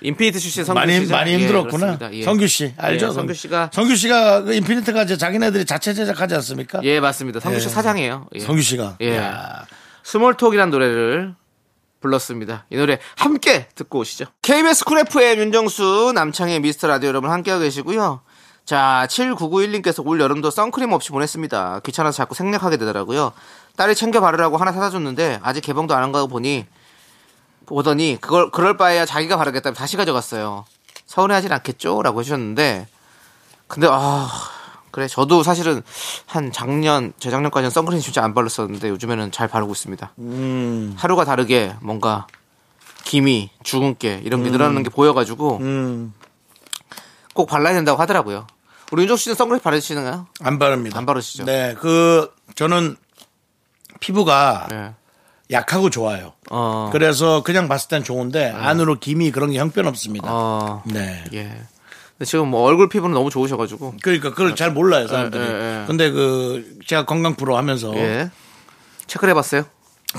C: 인피니트 출신 성규 예,
B: 많이
C: 씨.
B: 많이 힘들었구나. 성규 씨 알죠?
C: 예, 성규 씨가
B: 성규 씨가 그 인피니트가 이제 자기네들이 자체 제작하지 않습니까?
C: 예 맞습니다. 성규 씨
B: 예.
C: 사장이에요. 예.
B: 성규 씨가
C: 예.
B: 야,
C: 스몰톡이란 노래를 불렀습니다. 이 노래 함께 듣고 오시죠. KBS 쿨 FM 윤정수 남창의 미스터 라디오 여러분 함께하고 계시고요. 자, 7991님께서 올 여름도 선크림 없이 보냈습니다. 귀찮아서 자꾸 생략하게 되더라고요. 딸이 챙겨 바르라고 하나 사다 줬는데 아직 개봉도 안 한 거 보니 보더니 그걸 그럴 바에야 자기가 바르겠다면 다시 가져갔어요. 서운해하진 않겠죠라고 해주셨는데 근데 아 그래 저도 사실은 한 작년 재작년까지는 선크림 진짜 안 바랐었는데 요즘에는 잘 바르고 있습니다. 하루가 다르게 뭔가 기미, 주근깨 이런 게 늘어나는 게 보여가지고
B: 음,
C: 꼭 발라야 된다고 하더라고요. 우리 윤종 씨는 선크림 바르시는가요?
B: 안 바릅니다.
C: 안 바르시죠?
B: 네, 그 저는 피부가
C: 네.
B: 약하고 좋아요.
C: 어.
B: 그래서 그냥 봤을 땐 좋은데 안으로 김이 그런 게 형편없습니다.
C: 어.
B: 네.
C: 예. 근데 지금 뭐 얼굴 피부는 너무 좋으셔가지고.
B: 그러니까 그걸 잘 몰라요 사람들이.
C: 예, 예.
B: 근데 그 제가 건강 프로 하면서
C: 예. 체크를 해봤어요.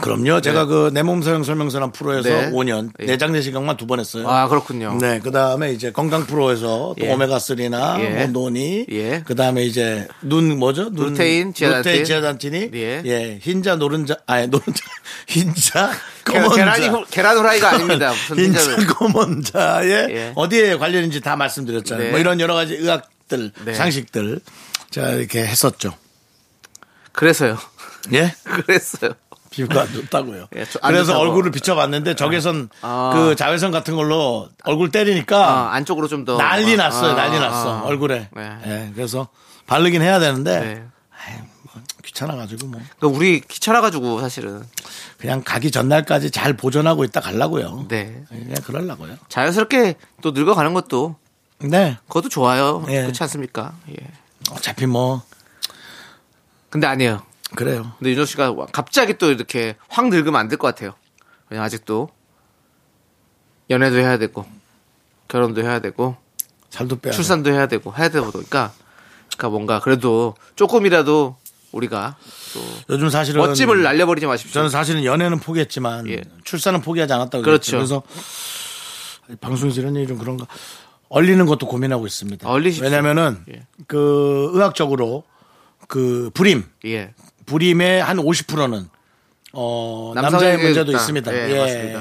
B: 그럼요. 제가 그 내 몸 사용 설명서란 프로에서
C: 네.
B: 5년
C: 예.
B: 내장 내시경만 두 번 했어요.
C: 아 그렇군요.
B: 네, 그 다음에 이제 건강 프로에서 또
C: 예.
B: 오메가 3나
C: 예.
B: 뭐 노니,
C: 예.
B: 그 다음에 이제 눈 뭐죠? 눈,
C: 루테인, 지아단틴.
B: 루테인, 지아단틴이,
C: 예.
B: 예. 흰자, 노른자, 아니 노른자, [LAUGHS] 흰자,
C: 계란,
B: 검은자,
C: 계란이 후- 계란 후라이가 아닙니다.
B: [LAUGHS]
C: 무슨
B: 흰자,
C: 흰자를.
B: 검은자에
C: 예.
B: 어디에 관련인지 다 말씀드렸잖아요.
C: 네.
B: 뭐 이런 여러 가지 의학들,
C: 네.
B: 상식들 제가 이렇게 했었죠.
C: 그래서요. [LAUGHS]
B: 예.
C: 그랬어요.
B: 피부가 안 좋다고요.
C: 예, 저- 안
B: 그래서
C: 좋다고.
B: 얼굴을 비춰봤는데 적외선
C: 아.
B: 그 자외선 같은 걸로 얼굴 때리니까
C: 아, 안쪽으로 좀 더.
B: 난리
C: 아,
B: 났어요.
C: 아,
B: 난리
C: 아,
B: 났어.
C: 아.
B: 얼굴에.
C: 네.
B: 예, 그래서 바르긴 해야 되는데
C: 네.
B: 아이, 뭐 귀찮아가지고 뭐
C: 그러니까 우리 귀찮아가지고 사실은.
B: 그냥 가기 전날까지 잘 보존하고 있다 가려고요. 예,
C: 네.
B: 그냥 그러려고요.
C: 자연스럽게 또 늙어가는 것도
B: 네.
C: 그것도 좋아요.
B: 예.
C: 그렇지 않습니까? 예.
B: 어차피 뭐
C: 근데 아니에요.
B: 그래요.
C: 근데 윤정 씨가 갑자기 또 이렇게 확 늙으면 안 될 것 같아요. 왜냐 아직도 연애도 해야 되고 결혼도 해야 되고
B: 살도 빼야 돼.
C: 출산도 해야 되고 해야 되고 그러니까 그러니까 뭔가 그래도 조금이라도 우리가
B: 요즘 사실은
C: 멋짐을 날려버리지 마십시오.
B: 저는 사실은 연애는 포기했지만
C: 예.
B: 출산은 포기하지 않았다고
C: 그렇죠.
B: 그랬죠. 그래서 방송에서 이런 얘기 좀 그런가 얼리는 것도 고민하고 있습니다.
C: 아, 얼리십시오.
B: 왜냐면은
C: 예.
B: 그 의학적으로 그 불임
C: 예.
B: 불임의 한 50%는 어,
C: 남성에게
B: 남자의 문제도
C: 있다.
B: 있습니다.
C: 예, 맞습니다.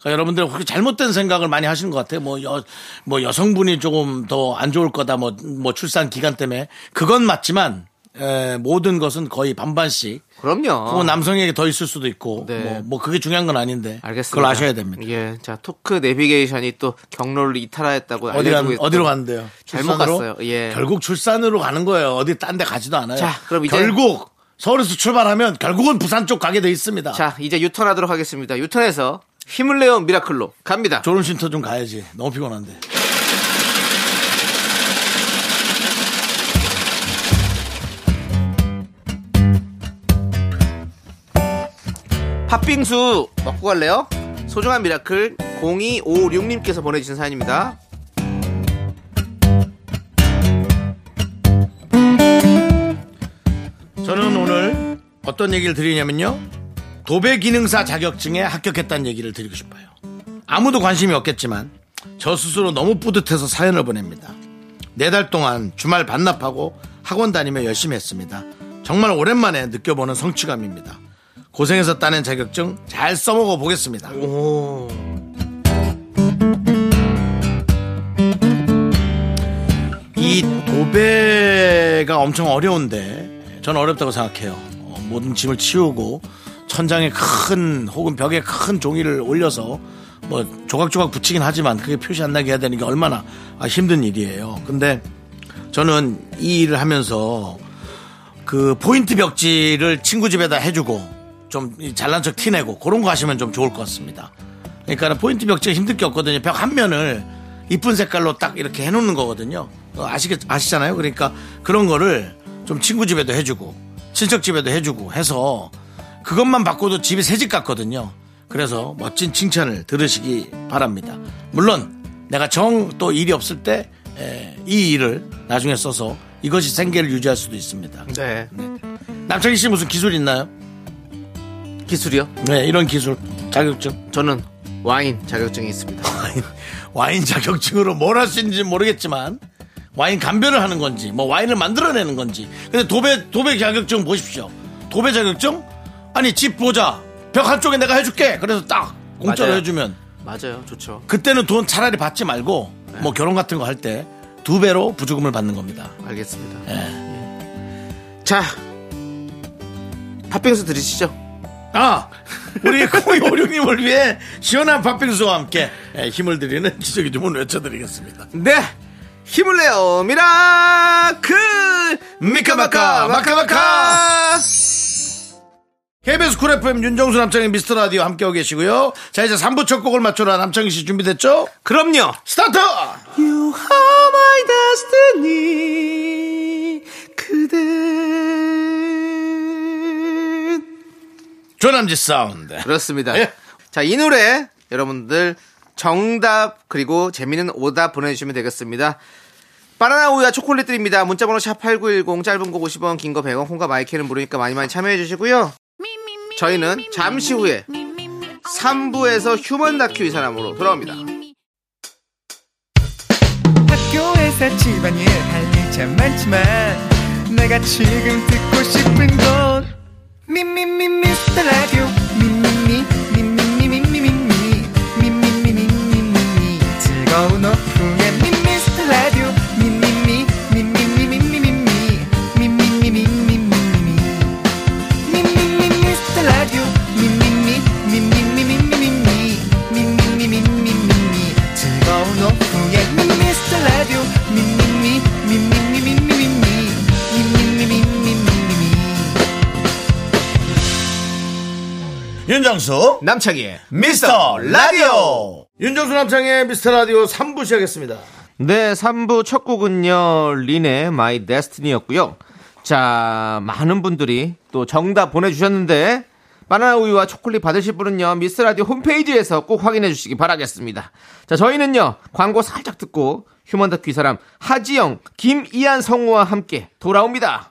B: 그러니까 여러분들 혹시 잘못된 생각을 많이 하시는 것 같아요. 뭐, 여, 뭐 여성분이 조금 더 안 좋을 거다. 뭐, 뭐 출산 기간 때문에 그건 맞지만 에, 모든 것은 거의 반반씩.
C: 그럼요.
B: 그건 뭐 남성에게 더 있을 수도 있고
C: 아. 네.
B: 뭐, 뭐 그게 중요한 건 아닌데
C: 알겠습니다.
B: 그걸 아셔야 됩니다.
C: 예. 자, 토크 내비게이션이 또 경로를 이탈하였다고
B: 어디
C: 알려주고
B: 간,
C: 있고.
B: 어디로 갔는데요?
C: 잘못
B: 출산으로?
C: 갔어요. 예.
B: 결국 출산으로 가는 거예요. 어디 딴 데 가지도 않아요.
C: 자, 그럼 이제-
B: 결국 서울에서 출발하면 결국은 부산 쪽 가게 돼 있습니다.
C: 자, 이제 유턴하도록 하겠습니다. 유턴해서 힘을 내어 미라클로 갑니다.
B: 졸음쉼터 좀 가야지. 너무 피곤한데.
C: 팥빙수 먹고 갈래요? 소중한 미라클 0256님께서 보내주신 사연입니다.
B: 저는 오늘 어떤 얘기를 드리냐면요. 도배 기능사 자격증에 합격했다는 얘기를 드리고 싶어요. 아무도 관심이 없겠지만 저 스스로 너무 뿌듯해서 사연을 보냅니다. 네 달 동안 주말 반납하고 학원 다니며 열심히 했습니다. 정말 오랜만에 느껴보는 성취감입니다. 고생해서 따낸 자격증 잘 써먹어 보겠습니다. 이 도배가 엄청 어려운데 저는 어렵다고 생각해요. 어, 모든 짐을 치우고 천장에 큰 혹은 벽에 큰 종이를 올려서 뭐 조각조각 붙이긴 하지만 그게 표시 안 나게 해야 되는 게 얼마나 아, 힘든 일이에요. 근데 저는 이 일을 하면서 그 포인트 벽지를 친구 집에다 해주고 좀이 잘난 척 티내고 그런 거 하시면 좀 좋을 것 같습니다. 그러니까 포인트 벽지가 힘들 게 없거든요. 벽 한 면을 이쁜 색깔로 딱 이렇게 해놓는 거거든요. 어, 아시겠 아시잖아요. 그러니까 그런 거를 좀 친구 집에도 해주고 친척 집에도 해주고 해서 그것만 바꿔도 집이 새 집 같거든요. 그래서 멋진 칭찬을 들으시기 바랍니다. 물론 내가 정 또 일이 없을 때 이 일을 나중에 써서 이것이 생계를 유지할 수도 있습니다.
C: 네.
B: 남창희 씨 무슨 기술 있나요?
C: 기술이요?
B: 네, 이런 기술 [LAUGHS] 자격증.
C: 저는 와인 자격증이 있습니다.
B: [LAUGHS] 와인, 와인 자격증으로 뭘 할 수 있는지 모르겠지만 와인 감별을 하는 건지 뭐 와인을 만들어내는 건지. 근데 도배 도배 자격증 보십시오. 도배 자격증? 아니 집 보자. 벽 한쪽에 내가 해줄게. 그래서 딱 공짜로
C: 맞아요.
B: 해주면
C: 맞아요. 좋죠.
B: 그때는 돈 차라리 받지 말고 뭐 결혼 같은 거 할 때 두 배로 부조금을 받는 겁니다.
C: 알겠습니다.
B: 네.
C: 예. 자, 팥빙수 드리시죠.
B: [LAUGHS] 아, 우리 0256님을 위해 시원한 팥빙수와 함께 예, 힘을 드리는 기적의 주문 외쳐드리겠습니다.
C: 네 힘을 내요 미라클
B: 미카마카, 마카마카! KBS 쿨 FM 윤정수 남창희 미스터 라디오 함께하고 계시고요. 자, 이제 3부 첫 곡을 맞춰라. 남창희 씨 준비됐죠?
C: 그럼요
B: 스타트!
C: You are my destiny 그대
B: 조남지 사운드.
C: 그렇습니다.
B: 예.
C: 자, 이 노래 여러분들 정답 그리고 재미있는 오답 보내주시면 되겠습니다. 바나나 우유와 초콜릿 드립니다. 문자번호 샵8910 짧은 거 50원 긴 거 100원 콩과 마이크는 무료니까 많이 많이 참여해 주시고요. 저희는 잠시 후에 3부에서 휴먼 다큐 이 사람으로 돌아옵니다.
F: 학교에서 집안일 할 일 참 많지만 내가 지금 듣고 싶은 건 미미미 미스터 라디오 미미미 미미미 미미미 미미미 미미미 즐거운 오후에 미스터 라디오 미미미 미미미 미미미 미미미 미미미
B: 윤정수,
C: 남창희의
B: 미스터 라디오! 윤정수 남창희 미스터 라디오 3부 시작했습니다.
C: 네, 3부 첫 곡은요, 린의 My Destiny였고요. 자, 많은 분들이 또 정답 보내주셨는데, 바나나 우유와 초콜릿 받으실 분은요, 미스라디오 홈페이지에서 꼭 확인해 주시기 바라겠습니다. 자, 저희는요, 광고 살짝 듣고, 휴먼 다큐 이 사람, 하지영, 김이한 성우와 함께 돌아옵니다.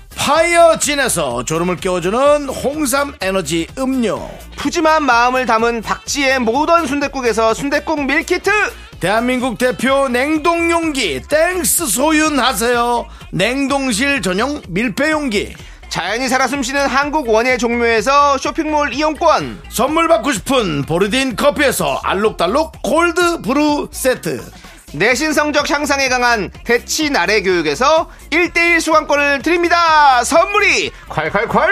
B: 파이어진에서 졸음을 깨워주는 홍삼 에너지 음료,
C: 푸짐한 마음을 담은 박지의 모던 순댓국에서 순댓국 밀키트
B: 대한민국 대표 냉동용기, 땡스 소윤하세요. 냉동실 전용 밀폐용기,
C: 자연이 살아 숨쉬는 한국 원예 종묘에서 쇼핑몰 이용권
B: 선물 받고 싶은 보르딘 커피에서 알록달록 골드 브루 세트,
C: 내신 성적 향상에 강한 대치 나래 교육에서 1대1 수강권을 드립니다 선물이 콸콸콸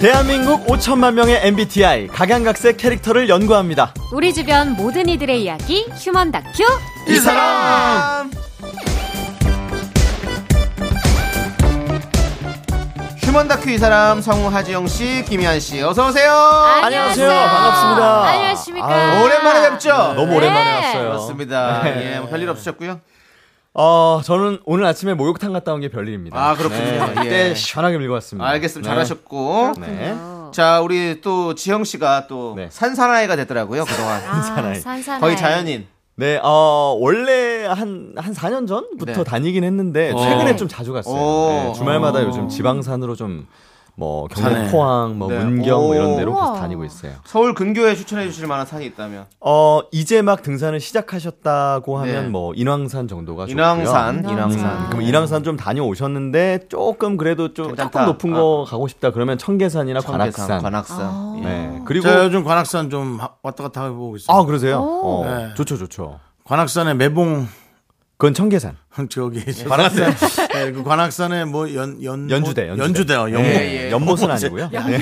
G: 대한민국 5천만 명의 MBTI 각양각색 캐릭터를 연구합니다.
H: 우리 주변 모든 이들의 이야기 휴먼 다큐
B: 이 사람!
C: 휴먼 다큐 이 사람 성우 하지영 씨 김희한 씨 어서 오세요
G: 안녕하세요. 반갑습니다.
H: 안녕하십니까
G: 아유,
C: 오랜만에 뵙죠
G: 너무
H: 네.
G: 오랜만에 왔어요. 네.
C: 그렇습니다 예, 뭐 별일 없으셨고요
G: 어, 저는 오늘 아침에 목욕탕 갔다 온 게 별일입니다.
C: 아, 그렇군요.
G: 네, 이때
C: 예.
G: 시원하게 밀고 왔습니다.
C: 알겠습니다
G: 네.
C: 잘하셨고
G: 네.
C: 자, 우리 또 지영 씨가 또
G: 네.
C: 산사나이가 됐더라고요, 그동안.
G: 아, 산사나이.
H: 아, 산사나이.
C: 거의 자연인.
G: 네, 어, 원래 한, 한 4년 전부터
C: 네.
G: 다니긴 했는데,
C: 어.
G: 최근에 좀 자주 갔어요.
C: 오.
G: 네, 주말마다 요즘 지방산으로 좀, 뭐, 경북 포항, 뭐,
C: 네.
G: 문경, 뭐 이런 데로
H: 오.
G: 계속 다니고 있어요.
C: 서울 근교에 추천해 주실 만한 산이 있다면.
G: 어, 이제 막 등산을 시작하셨다고 하면
C: 네.
G: 뭐, 인왕산 정도가 좋고요.
C: 인왕산,
H: 좋고요.
C: 인왕산.
H: 인왕산.
G: 그럼 인왕산 좀 다녀오셨는데 조금 그래도 좀
C: 괜찮다.
G: 조금 높은
C: 아.
G: 거 가고 싶다 그러면 청계산이나 관악산.
C: 청계산, 관악산. 예.
G: 네. 그리고
B: 제가 요즘 관악산 좀 하- 왔다 갔다 해보고 있어요.
G: 아 그러세요? 어,
B: 네.
G: 좋죠 좋죠.
B: 관악산에 매봉 [LAUGHS]
G: 그건 청계산.
B: 저기 예, 관악산 네, 그 관악산에 뭐 연 연
G: 연주대, 연주대.
B: 연주대요 연못
G: 네,
C: 예.
G: 연못은 아니고요. 네.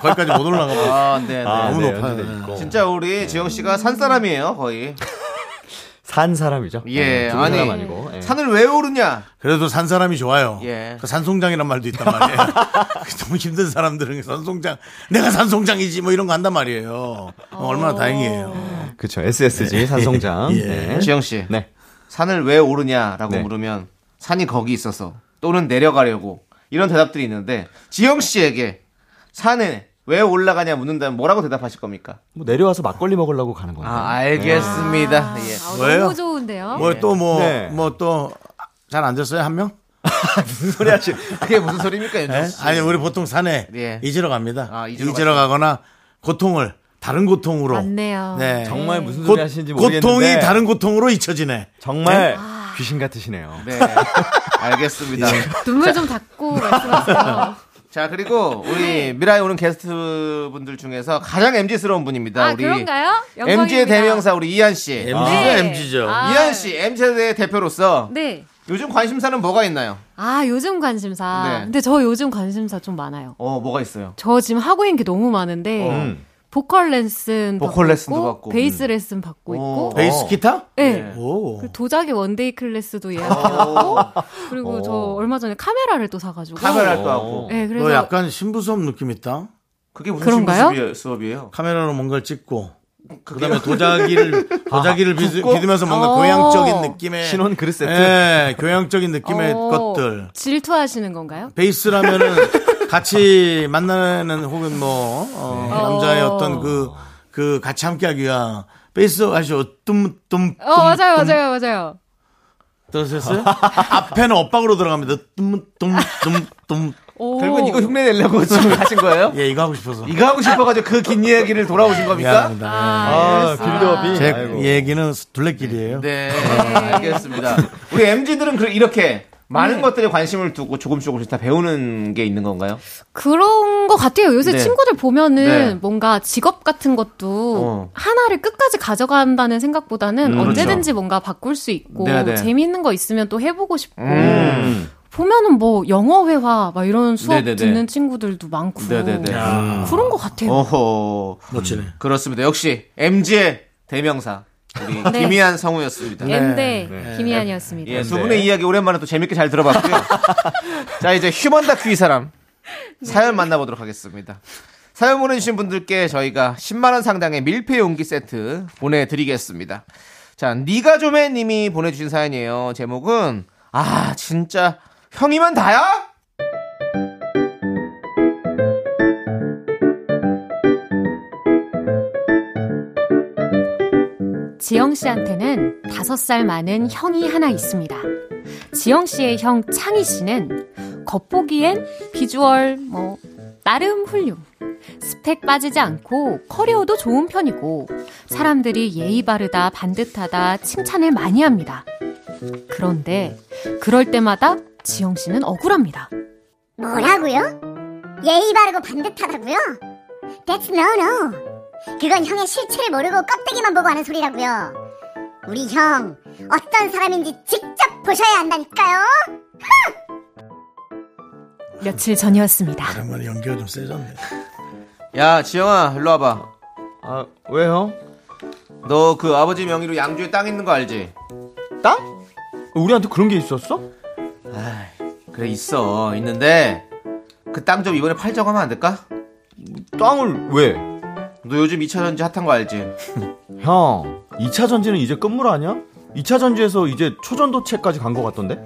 B: 거기까지 못 올라가 봐.
C: 아, 네, 네.
G: 아,
B: 너무
G: 네,
B: 높아요.
G: 연주대 있고.
C: 진짜 우리 지영 씨가 산 사람이에요, 거의.
G: 산 사람이죠.
C: 예,
G: 네, 죽은
C: 아니.
G: 사람 아니고. 예.
C: 산을 왜 오르냐?
B: 그래도 산 사람이 좋아요.
C: 예.
B: 그 산송장이란 말도 있단
I: [LAUGHS]
B: 말이에요. [LAUGHS] 너무 힘든 사람들은 산송장 내가 산송장이지 뭐 이런 거 한단 말이에요. 어, 얼마나
I: 네.
B: 다행이에요.
G: 그렇죠. SSG 산송장.
B: 예.
G: 네.
C: 지영 씨.
G: 네.
C: 산을 왜 오르냐라고
G: 네.
C: 물으면 산이 거기 있어서 또는 내려가려고 이런 대답들이 있는데 지영 씨에게 산에 왜 올라가냐 묻는다면 뭐라고 대답하실 겁니까?
I: 뭐 내려와서 막걸리 먹으려고 가는 건데.
C: 아, 알겠습니다. 예.
H: 아,
B: 왜요?
H: 너무 좋은데요?
B: 뭐 또 뭐
I: 네.
B: 뭐 또 잘 안 됐어요 한 명?
C: 소리 하시. 그게 무슨 소리입니까,
B: 예?
C: 윤정 씨?
B: 아니 우리 보통 산에
C: 예.
B: 잊으러 갑니다.
C: 아, 잊으러
B: 잊으러, 가거나 고통을 다른 고통으로.
H: 맞네요.
B: 네.
I: 정말 무슨 소리
B: 고,
I: 하시는지 모르겠는데.
B: 고통이 다른 고통으로 잊혀지네.
I: 정말 귀신 같으시네요.
C: 네. 알겠습니다.
H: 눈물 좀 닦고
C: [LAUGHS]
H: 말씀하세요.
C: 자, 그리고
H: 네.
C: 우리 미라에 오는 게스트 분들 중에서 가장 MG스러운 분입니다.
H: 아
C: 우리
H: 그런가요? 영광입니다. 네.
C: MG의 대명사 우리 이한 씨.
B: MG가 MG죠.
H: 아,
C: 이한 씨, MG의 대표로서
H: 네.
C: 요즘 관심사는 뭐가 있나요?
H: 아 요즘 관심사.
C: 네.
H: 근데 저 요즘 관심사 좀 많아요.
C: 어, 뭐가 있어요?
H: 저 지금 하고 있는 게 너무 많은데 보컬 레슨
C: 어. 보컬
H: 받고
C: 레슨도
H: 있고,
C: 받고.
H: 베이스 레슨 받고
C: 어.
H: 있고
B: 베이스 기타?
H: 네.
B: 오.
H: 그리고 도자기
C: [LAUGHS]
H: 원데이 클래스도 예약해놨고 그리고 저 얼마 전에 카메라를 또 사가지고
C: 어. 카메라도 하고.
H: 네
B: 너
H: 그래서
B: 약간 신부수업 느낌 있다.
C: 그게 무슨
H: 그런가요?
C: 수업이에요? 수업이에요?
B: 카메라로 뭔가를 찍고 그다음에 도자기를 도자기를 비,
C: 굽고?
B: 비드면서 뭔가
H: 어.
B: 교양적인 느낌의
I: 신혼 그릇 세트.
B: 예, 교양적인 느낌의
H: 어,
B: 것들.
H: 질투하시는 건가요?
B: 베이스라면은 같이 만나는 혹은 뭐 어, 남자의
H: 어.
B: 어떤 그 그 같이 함께하기 위한 베이스 하시죠. 뜸뜸
H: 어 맞아요 맞아요 맞아요
B: 들으셨어요? 앞에는 엇박으로 들어갑니다. 뜸뜸뜸뜸
H: 오.
C: 결국은 이거 흉내 내려고 [LAUGHS] 지금 하신 거예요?
B: 예, 이거 하고 싶어서.
C: 이거 하고 싶어가지고 그 긴 이야기를 돌아오신 겁니까?
B: 미안합니다.
I: 아, 빌드업이.
B: 제 예.
I: 아이고.
B: 얘기는 둘레길이에요.
C: 네, 알겠습니다. 우리 MG들은 그 이렇게 많은
H: 네.
C: 것들에 관심을 두고 조금씩 조금씩 다 배우는 게 있는 건가요?
H: 그런 것 같아요. 요새
C: 네.
H: 친구들 보면은
C: 네.
H: 뭔가 직업 같은 것도
C: 어.
H: 하나를 끝까지 가져간다는 생각보다는
C: 그렇죠.
H: 언제든지 뭔가 바꿀 수 있고
C: 네, 네.
H: 재미있는 거 있으면 또 해보고 싶고 보면은 뭐 영어 회화 막 이런 수업
C: 네, 네, 네.
H: 듣는 친구들도 많고
C: 네네네.
H: 그런 것 같아요.
C: 어허.
B: 멋지네.
C: 그렇습니다. 역시 MG의 대명사. 우리
H: 네.
C: 김희한 성우였습니다.
H: 엠데 김희안이었습니다.
C: 예, 두 분의 이야기 오랜만에 또 재밌게 잘 들어봤고요. 자, 이제 휴먼 다큐 이 사람 사연 만나보도록 하겠습니다. 사연 보내주신 분들께 저희가 10만원 상당의 밀폐 용기 세트 보내드리겠습니다. 자, 니가 좀해 님이 보내주신 사연이에요. 제목은, 아, 진짜, 형이면 다야?
H: 지영 씨한테는 다섯 살 많은 형이 하나 있습니다. 지영 씨의 형 창희 씨는 겉보기엔 비주얼 뭐 나름 훌륭. 스펙 빠지지 않고 커리어도 좋은 편이고 사람들이 예의 바르다 반듯하다 칭찬을 많이 합니다. 그런데 그럴 때마다 지영 씨는 억울합니다.
E: 뭐라고요? 예의 바르고 반듯하다고요? That's no no. 그건 형의 실체를 모르고 껍데기만 보고 하는 소리라고요. 우리 형 어떤 사람인지 직접 보셔야 한다니까요.
H: 며칠 전이었습니다.
B: 정말 연기가 좀 세졌네.
C: 야, 지영아, 일로 와봐.
I: 아, 왜 형?
C: 너 그 아버지 명의로 양주에 땅 있는 거 알지?
I: 땅? 우리한테 그런 게 있었어?
C: 그래, 있어. 있는데, 그 땅 좀 이번에 팔자고 하면 안 될까?
I: 땅을 왜?
C: 너 요즘 2차 전지 핫한 거 알지?
I: 형, 2차 전지는 이제 끝물 아니야? 2차 전지에서 이제 초전도체까지 간 것 같던데?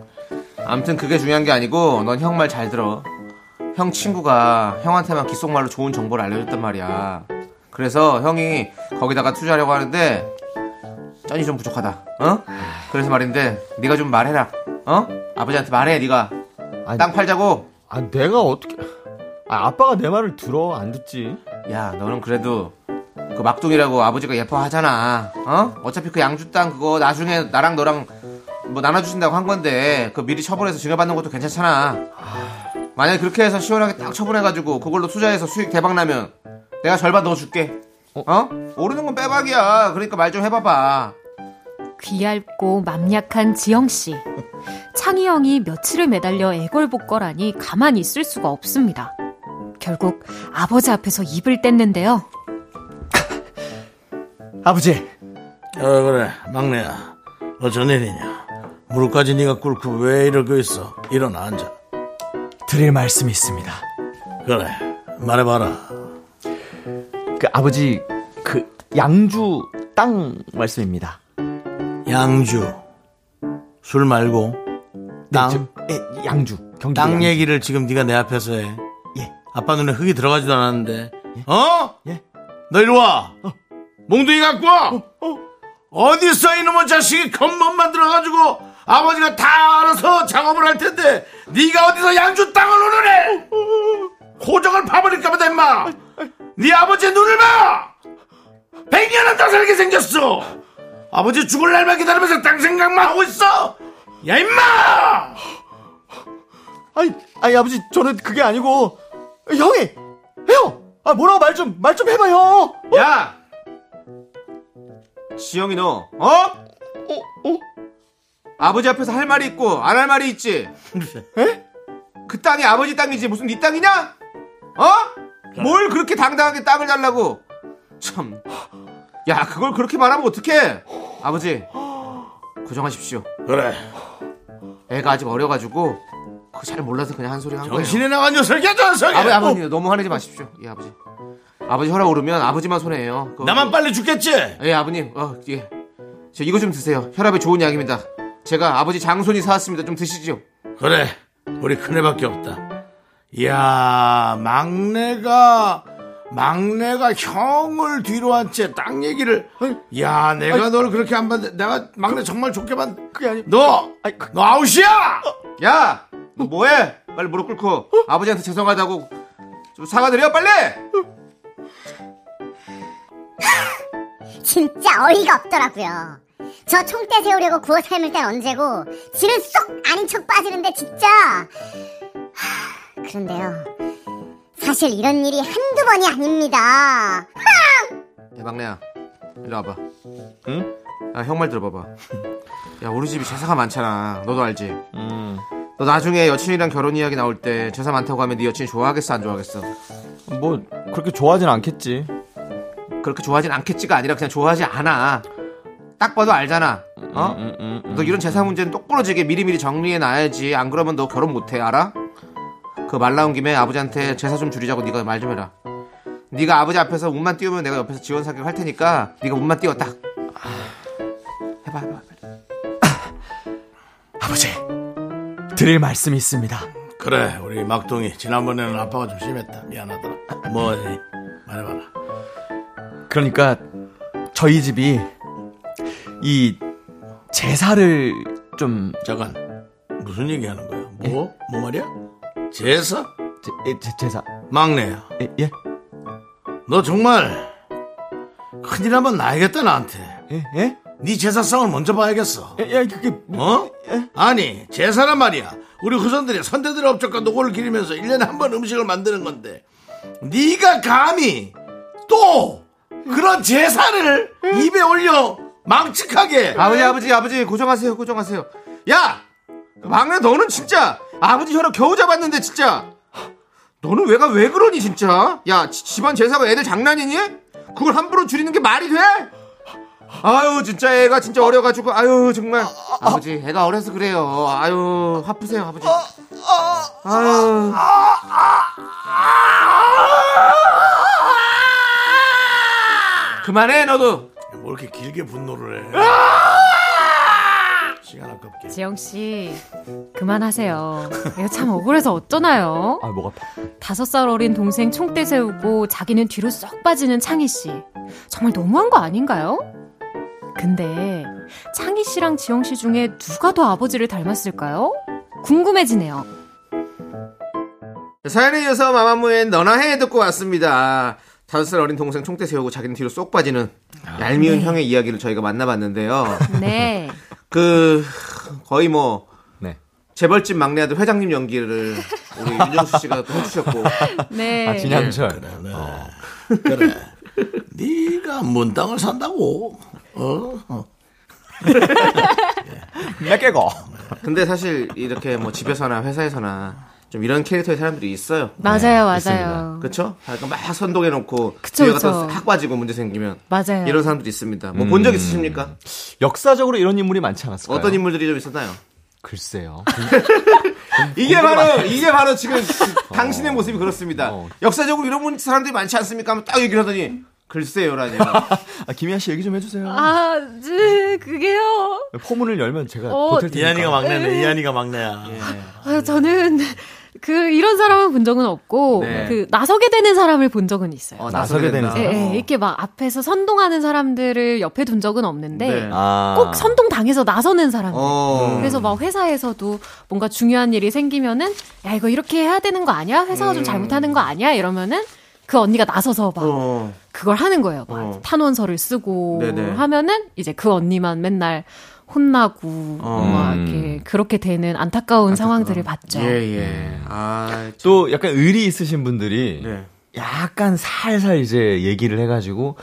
C: 암튼 그게 중요한 게 아니고 넌 형 말 잘 들어. 형 친구가 형한테만 귓속말로 좋은 정보를 알려줬단 말이야. 그래서 형이 거기다가 투자하려고 하는데 짠이 좀 부족하다. 어? 그래서 말인데 네가 좀 말해라. 어? 아버지한테 말해 네가.
I: 아니,
C: 땅 팔자고.
I: 아, 내가 어떻게. 아, 아빠가 내 말을 들어, 안 듣지.
C: 야 너는 그래도 그 막둥이라고 아버지가 예뻐하잖아. 어? 어차피 그 양주 땅 그거 나중에 나랑 너랑 뭐 나눠주신다고 한 건데 그 미리 처분해서 증여받는 것도 괜찮잖아. 만약에 그렇게 해서 시원하게 딱 처분해가지고 그걸로 투자해서 수익 대박 나면 내가 절반 넣어줄게. 어? 오르는 건 빼박이야. 그러니까 말 좀 해봐봐.
H: 귀얇고 맘약한 지영 씨. 창희 형이 며칠을 매달려 애걸복걸하니 가만히 있을 수가 없습니다. 결국 아버지 앞에서 입을 뗐는데요.
I: 아버지,
B: 어 그래 막내야 어쩐 일이냐 무릎까지 네가 꿇고 왜 이러고 있어 일어나 앉아
I: 드릴 말씀이 있습니다.
B: 그래 말해봐라
I: 그 아버지, 그 양주 땅 말씀입니다.
B: 양주 술 말고
I: 네,
B: 땅 땅
I: 예, 양주. 경기.
B: 얘기를 지금 네가 내 앞에서 해
I: 예.
B: 아빠 눈에 흙이 들어가지도 않았는데 어?
I: 예. 어.
B: 너 이리 와. 몽둥이 갖고 와. 어. 디 있어 이놈의 자식이 겉멋 만들어가지고 아버지가 다 알아서 작업을 할 텐데 네가 어디서 양주 땅을 오르래?
I: 어,
B: 호적을 파버릴까 보다 임마. 네 아버지의 눈을 봐. 백년은 더 살게 생겼어. 아버지 죽을 날만 기다리면서 땅 생각만 하고 있어. 야 임마.
I: 아니, 아니 아버지 저는 그게 아니고 형이 형, 아 뭐라고 말 좀 말 좀 해봐 요
C: 야! 지영이 너, 어? 아버지 앞에서 할 말이 있고, 안 할 말이 있지? 에? 그 땅이 아버지 땅이지, 무슨 네 땅이냐? 어? 뭘 그렇게 당당하게 땅을 달라고? 참. 야, 그걸 그렇게 말하면 어떡해? 아버지, 고정하십시오.
B: 그래.
C: 애가 아직 어려가지고, 그거 잘 몰라서 그냥 한 소리 한 거예요.
B: 정신이 나간 녀석이야 녀석이.
C: 아버지, 아버지, 너무 화내지 마십시오. 예, 아버지. 아버지 혈압 오르면 아버지만 손해예요. 그거-
B: 어, 나만 빨리 죽겠지.
C: 예, 아버님. 어, 예. 저 이거 좀 드세요. 혈압에 좋은 약입니다. 제가 아버지 장손이 사왔습니다. 좀 드시죠.
B: 그래 우리 큰애밖에 없다 이야 막내가 막내가 형을 뒤로 한 채 땅 얘기를 야 내가 너를 그렇게 안 봤는데 내가 막내 정말 좋게 봤
I: 그게 아니.
B: 너너
I: 아니, 그- 어.
B: 아웃이야
C: 야! 너 뭐해? 빨리 무릎 꿇고 아버지한테 죄송하다고 좀 사과드려 빨리!
E: 진짜 어이가 없더라고요. 저 총대 세우려고 구워 삶을 땐 언제고 지는 쏙 아닌 척 빠지는데 진짜. 하, 그런데요. 사실 이런 일이 한두 번이 아닙니다.
C: 야 막내야 이리 와봐 응? 야 형 말 들어봐봐 야 우리 집이 제사가 많잖아 너도 알지? 너 나중에 여친이랑 결혼 이야기 나올 때 제사 많다고 하면 네 여친이 좋아하겠어 안 좋아하겠어?
I: 뭐 그렇게 좋아하진 않겠지.
C: 그렇게 좋아하진 않겠지가 아니라 그냥 좋아하지 않아 딱 봐도 알잖아 어?
I: 음, 음, 음.
C: 너 이런 재산 문제는 똑부러지게 미리미리 정리해 놔야지. 안 그러면 너 결혼 못해 알아? 그 말 나온 김에 아버지한테 제사 좀 줄이자고 네가 말 좀 해라. 네가 아버지 앞에서 운만 띄우면 내가 옆에서 지원 사격 할 테니까 네가 운만 띄워 딱. 아, 해봐 해봐. 빨리.
I: 아버지 드릴 말씀이 있습니다.
B: 그래 우리 막둥이 지난번에는 아빠가 좀 심했다 미안하다 뭐 예, 말해봐라
I: 그러니까 저희 집이 이 제사를 좀
B: 잠깐 무슨 얘기하는 거야 뭐 뭐 말이야 제사
I: 제, 예, 제- 제사
B: 막내야
I: 예, 예?
B: 너 정말 큰일 한번 나야겠다 나한테
I: 예? 예?
B: 네 제사상을 먼저 봐야겠어.
I: 예, 예, 그게
B: 어? 아니, 제사란 말이야. 우리 후손들이 선대들의 업적과 노고를 기리면서 1년에 한 번 음식을 만드는 건데 네가 감히 또 그런 제사를 입에 올려 망측하게
C: 아버지 아버지 아버지 고정하세요 고정하세요. 야 막내 너는 진짜 아버지 혈압 겨우 잡았는데 진짜 너는 왜가 왜 그러니 진짜? 야 지- 집안 제사가 애들 장난이니? 그걸 함부로 줄이는 게 말이 돼? 아유 진짜 애가 진짜 어려가지고 아유 정말 아버지 애가 어려서 그래요 아유 화푸세요 아버지 아유 그만해 너도
B: 뭐 이렇게 길게 분노를 해. 시간 아깝게.
H: 지영 씨 그만하세요. 이거 참 억울해서 어쩌나요?
I: 아, 목 아파.
H: 다섯 살 어린 동생 총대 세우고 자기는 뒤로 쏙 빠지는 창희 씨. 정말 너무한 거 아닌가요? 근데 창희 씨랑 지영 씨 중에 누가 더 아버지를 닮았을까요? 궁금해지네요.
C: 사연에 이어서 마마무의 너나 해 듣고 왔습니다. 다섯 살 어린 동생 총대 세우고 자기는 뒤로 쏙 빠지는 얄미운 형의 이야기를 저희가 만나봤는데요.
H: 네.
C: 그 거의 뭐
I: 네.
C: 재벌집 막내 아들 회장님 연기를 우리 윤정수 씨가 또 해주셨고
H: 네.
I: [LAUGHS] 아, 진양철.
B: 그래. 네가 뭔 땅을 산다고? 어? 어.
I: 내 깨고.
C: 근데 사실 이렇게 뭐 집에서나 회사에서나 좀 이런 캐릭터의 사람들이 있어요.
H: 네, 맞아요, 맞아요.
C: 그렇죠? 약간 막 선동해 놓고
H: 그쵸,
C: 뒤에 가서
H: 그쵸. 네.
C: 확 빠지고 문제 생기면
H: 맞아요.
C: 이런 사람들이 있습니다. 뭐 본 적 있으십니까?
I: 역사적으로 이런 인물이 많지 않았을까요?
C: 어떤 인물들이 좀 있었나요?
I: [LAUGHS] 글쎄요.
C: 이게 바로 이게 바로 지금 당신의 모습이 그렇습니다.
I: 어.
C: 역사적으로 이런 분 사람들이 많지 않습니까? 하면 딱 얘기를 하더니 글쎄요라니요.
I: 아, 김희아 씨 얘기 좀 해주세요.
H: 아, 네, 그게요.
I: 포문을 열면 제가
H: 어,
I: 보탤 테니까.
B: 이한이가 막내네. 이한이가 막내야.
H: 아, 저는 그 이런 사람을 본 적은 없고
C: 네.
H: 그 나서게 되는 사람을 본 적은 있어요.
C: 어,
B: 나서게 되는
C: 된다.
H: 예, 예, 이렇게 막 앞에서 선동하는 사람들을 옆에 둔 적은 없는데
C: 네.
B: 아.
H: 꼭 선동 당해서 나서는 사람들.
C: 어.
H: 그래서 막 회사에서도 뭔가 중요한 일이 생기면은 야 이거 이렇게 해야 되는 거 아니야? 회사가 좀 잘못하는 거 아니야? 이러면은 그 언니가 나서서 막
C: 음. 어.
H: 그걸 하는 거예요. 막
C: 어.
H: 탄원서를 쓰고
C: 네네.
H: 하면은 이제 그 언니만 맨날 혼나고
C: 어.
H: 막 이렇게 그렇게 되는 안타까운 상황들을 봤죠.
C: 예, 예. 아, 참.
I: 또 약간 의리 있으신 분들이
C: 네.
I: 약간 살살 이제 얘기를 해가지고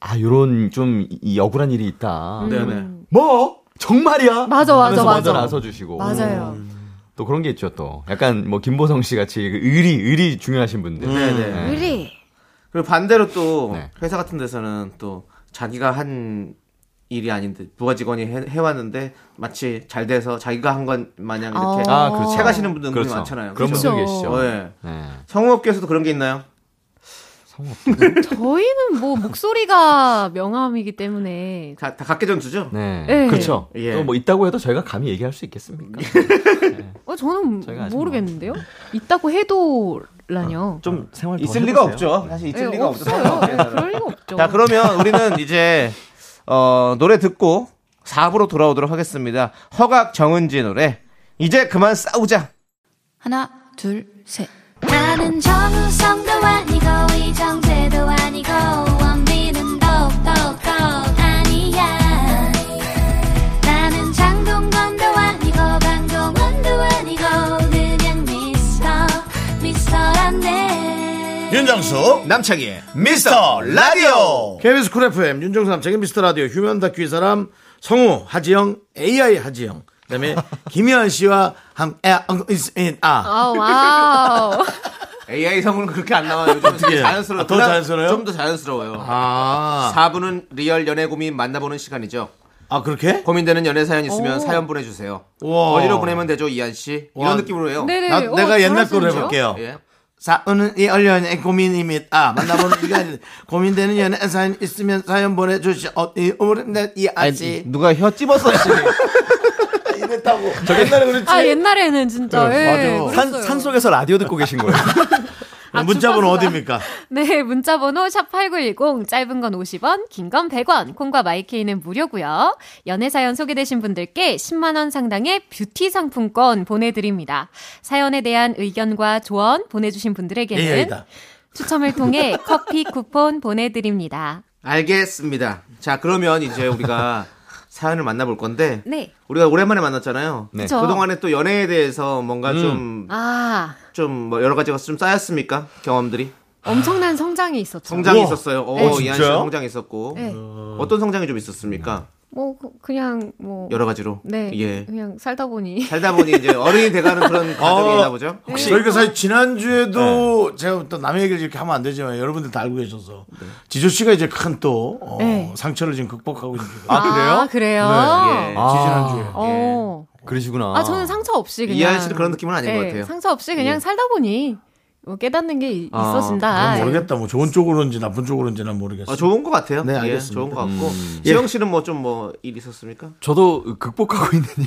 I: 아 요런 좀이 억울한 일이 있다.
C: 음. 네네.
I: 뭐 정말이야?
H: 맞아, 맞아,
I: 하면서 먼저
H: 맞아.
I: 나서주시고
H: 맞아요.
I: 또 그런 게 있죠 또 약간 뭐 김보성 씨 같이 그 의리 의리 중요하신 분들.
C: 네네.
I: 네.
H: 의리.
C: 그리고 반대로 또
I: 네.
C: 회사 같은 데서는 또 자기가 한 일이 아닌데 부하 직원이 해, 왔는데 마치 잘 돼서 자기가 한 건 마냥 이렇게
I: 아, 그렇죠.
C: 채 가시는 분들 은근히
I: 그렇죠.
C: 많잖아요.
I: 그런 분들
C: 그렇죠?
H: 어. 그렇죠.
I: 계시죠.
C: 어,
I: 네.
C: 예. 성우업계에서도 그런 게 있나요?
H: 저희는 뭐 목소리가 명함이기 때문에
C: 다, 다 각계전투죠?
I: 네.
H: 네.
I: 그렇죠.
C: 예.
I: 또 뭐 있다고 해도 저희가 감히 얘기할 수
C: [LAUGHS]
I: 있겠습니까?
H: 어 저는
I: 저희가 아직
H: 모르겠는데요. 있다고 해도라뇨.
I: 좀 생활 더
C: 있을 리가
I: 해보세요.
C: 없죠. 사실 있을
H: 예,
C: 리가
H: 없어요. 예,
C: 없어요. 네.
H: 그럴 리가 없죠.
C: 자, 그러면 우리는 이제 어, 노래 듣고 4부로 돌아오도록 하겠습니다. 허각 정은지 노래. 이제 그만 싸우자.
J: 하나, 둘, 셋.
E: 나는 정우성도 아니고 이정재도 아니고 원빈은 더욱더 아니야 나는 장동건도 아니고 강동원도 아니고 그냥 미스터 미스터란데
K: 윤정수
C: 남창희의
K: 미스터 라디오
B: KBS 쿨 FM 윤정수 남창인 미스터 라디오 휴면 다큐 이 사람 성우 하지영 AI 하지영
C: [LAUGHS]
B: 그다음에 김희연 씨와 함께 아
H: 아 와우.
C: AI 성우는 그렇게 안 나와요. 요즘
B: 해요?
C: 자연스러워.
B: 아, 더 자연스러워요?
C: 좀더 자연스러워요.
B: 아,
C: 4부는 리얼 연애 고민 만나보는 시간이죠.
B: 아 그렇게?
C: 고민되는 연애 사연 있으면 사연 보내주세요.
B: 우와.
C: 어디로 보내면 되죠, 이한 씨?
B: 와.
C: 이런 느낌으로 해요.
H: 네네.
B: 나,
H: 어,
B: 내가 옛날 거로
H: 잘하시는데요?
B: 해볼게요.
C: 예.
B: 사연은 이 얼련의 고민입니다. 아, 만나보는 시간 고민되는 연애 사연 있으면 사연 보내주시. 어, 이 오랜날 이 아씨
C: 누가 혀 찝었어, 씨.
B: [LAUGHS] 이랬다고. 옛날에 그랬지.
H: 아 옛날에는 진짜 예,
B: 맞아.
I: 산,
H: 그랬어요.
I: 산 속에서 라디오 듣고 계신 거예요. [LAUGHS]
H: 아,
B: 문자번호
H: 주파수가.
B: 어디입니까?
H: 네, 문자 번호 샵8910 짧은 건 50원, 긴 건 100원. 콩과 마이케이는 무료고요. 연애 사연 소개되신 분들께 10만 원 상당의 뷰티 상품권 보내 드립니다. 사연에 대한 의견과 조언 보내 주신 분들에게는
B: 예의다.
C: [LAUGHS]
H: 추첨을 통해 커피 쿠폰 보내 드립니다.
C: 알겠습니다. 자, 그러면
B: [LAUGHS]
C: 이제 우리가 사연을 만나볼 건데.
H: 네.
C: 우리가 오랜만에 만났잖아요.
I: 네.
H: 그쵸.
C: 그동안에 또 연애에 대해서 뭔가
B: 음.
C: 좀,
H: 아,
C: 좀 뭐 여러 가지가 좀 쌓였습니까? 경험들이?
H: 엄청난 성장이 있었죠.
C: 성장이
B: 우와.
C: 있었어요.
H: 네.
C: 어, 이한 씨
B: 진짜요?
C: 성장이 있었고.
H: 네.
C: 어떤 성장이 좀 있었습니까?
H: 뭐 그- 그냥 뭐
C: 여러 가지로.
H: 네.
C: 예.
H: 그냥 살다 보니
C: 살다 보니 이제 어른이 돼가는 그런 과정이 있나 보죠.
B: 혹시 그 네. 저희가 사실 지난주에도 제가 또 남의 얘기를 이렇게 하면 안 되지만 여러분들 다 알고 계셔서 지조 씨가 이제 큰 또 어,
H: 네.
B: 상처를 지금 극복하고 있습니다.
H: 아, 그래요?
C: 네. 예.
B: 지난주에. 뭐
H: 어.
I: 그러시구나.
H: 아, 저는 상처 없이 그냥. 네,
C: 이하연 씨는 그런 느낌은 아닌 것 같아요. 예.
H: 상처 없이 그냥 살다 보니 뭐 깨닫는 게 이-
C: 아,
H: 있어진다. 예.
K: 모르겠다.
B: 모르겠다. 뭐 좋은 쪽으로인지 나쁜 쪽으로인지는 모르겠어요.
C: 아, 좋은 것 같아요.
B: 네,
C: 예,
B: 알겠습니다. 음. 예.
C: 좋은 것 같고. 지영 씨는 뭐 좀 뭐 일 있었습니까?
I: 저도 극복하고 있는 일.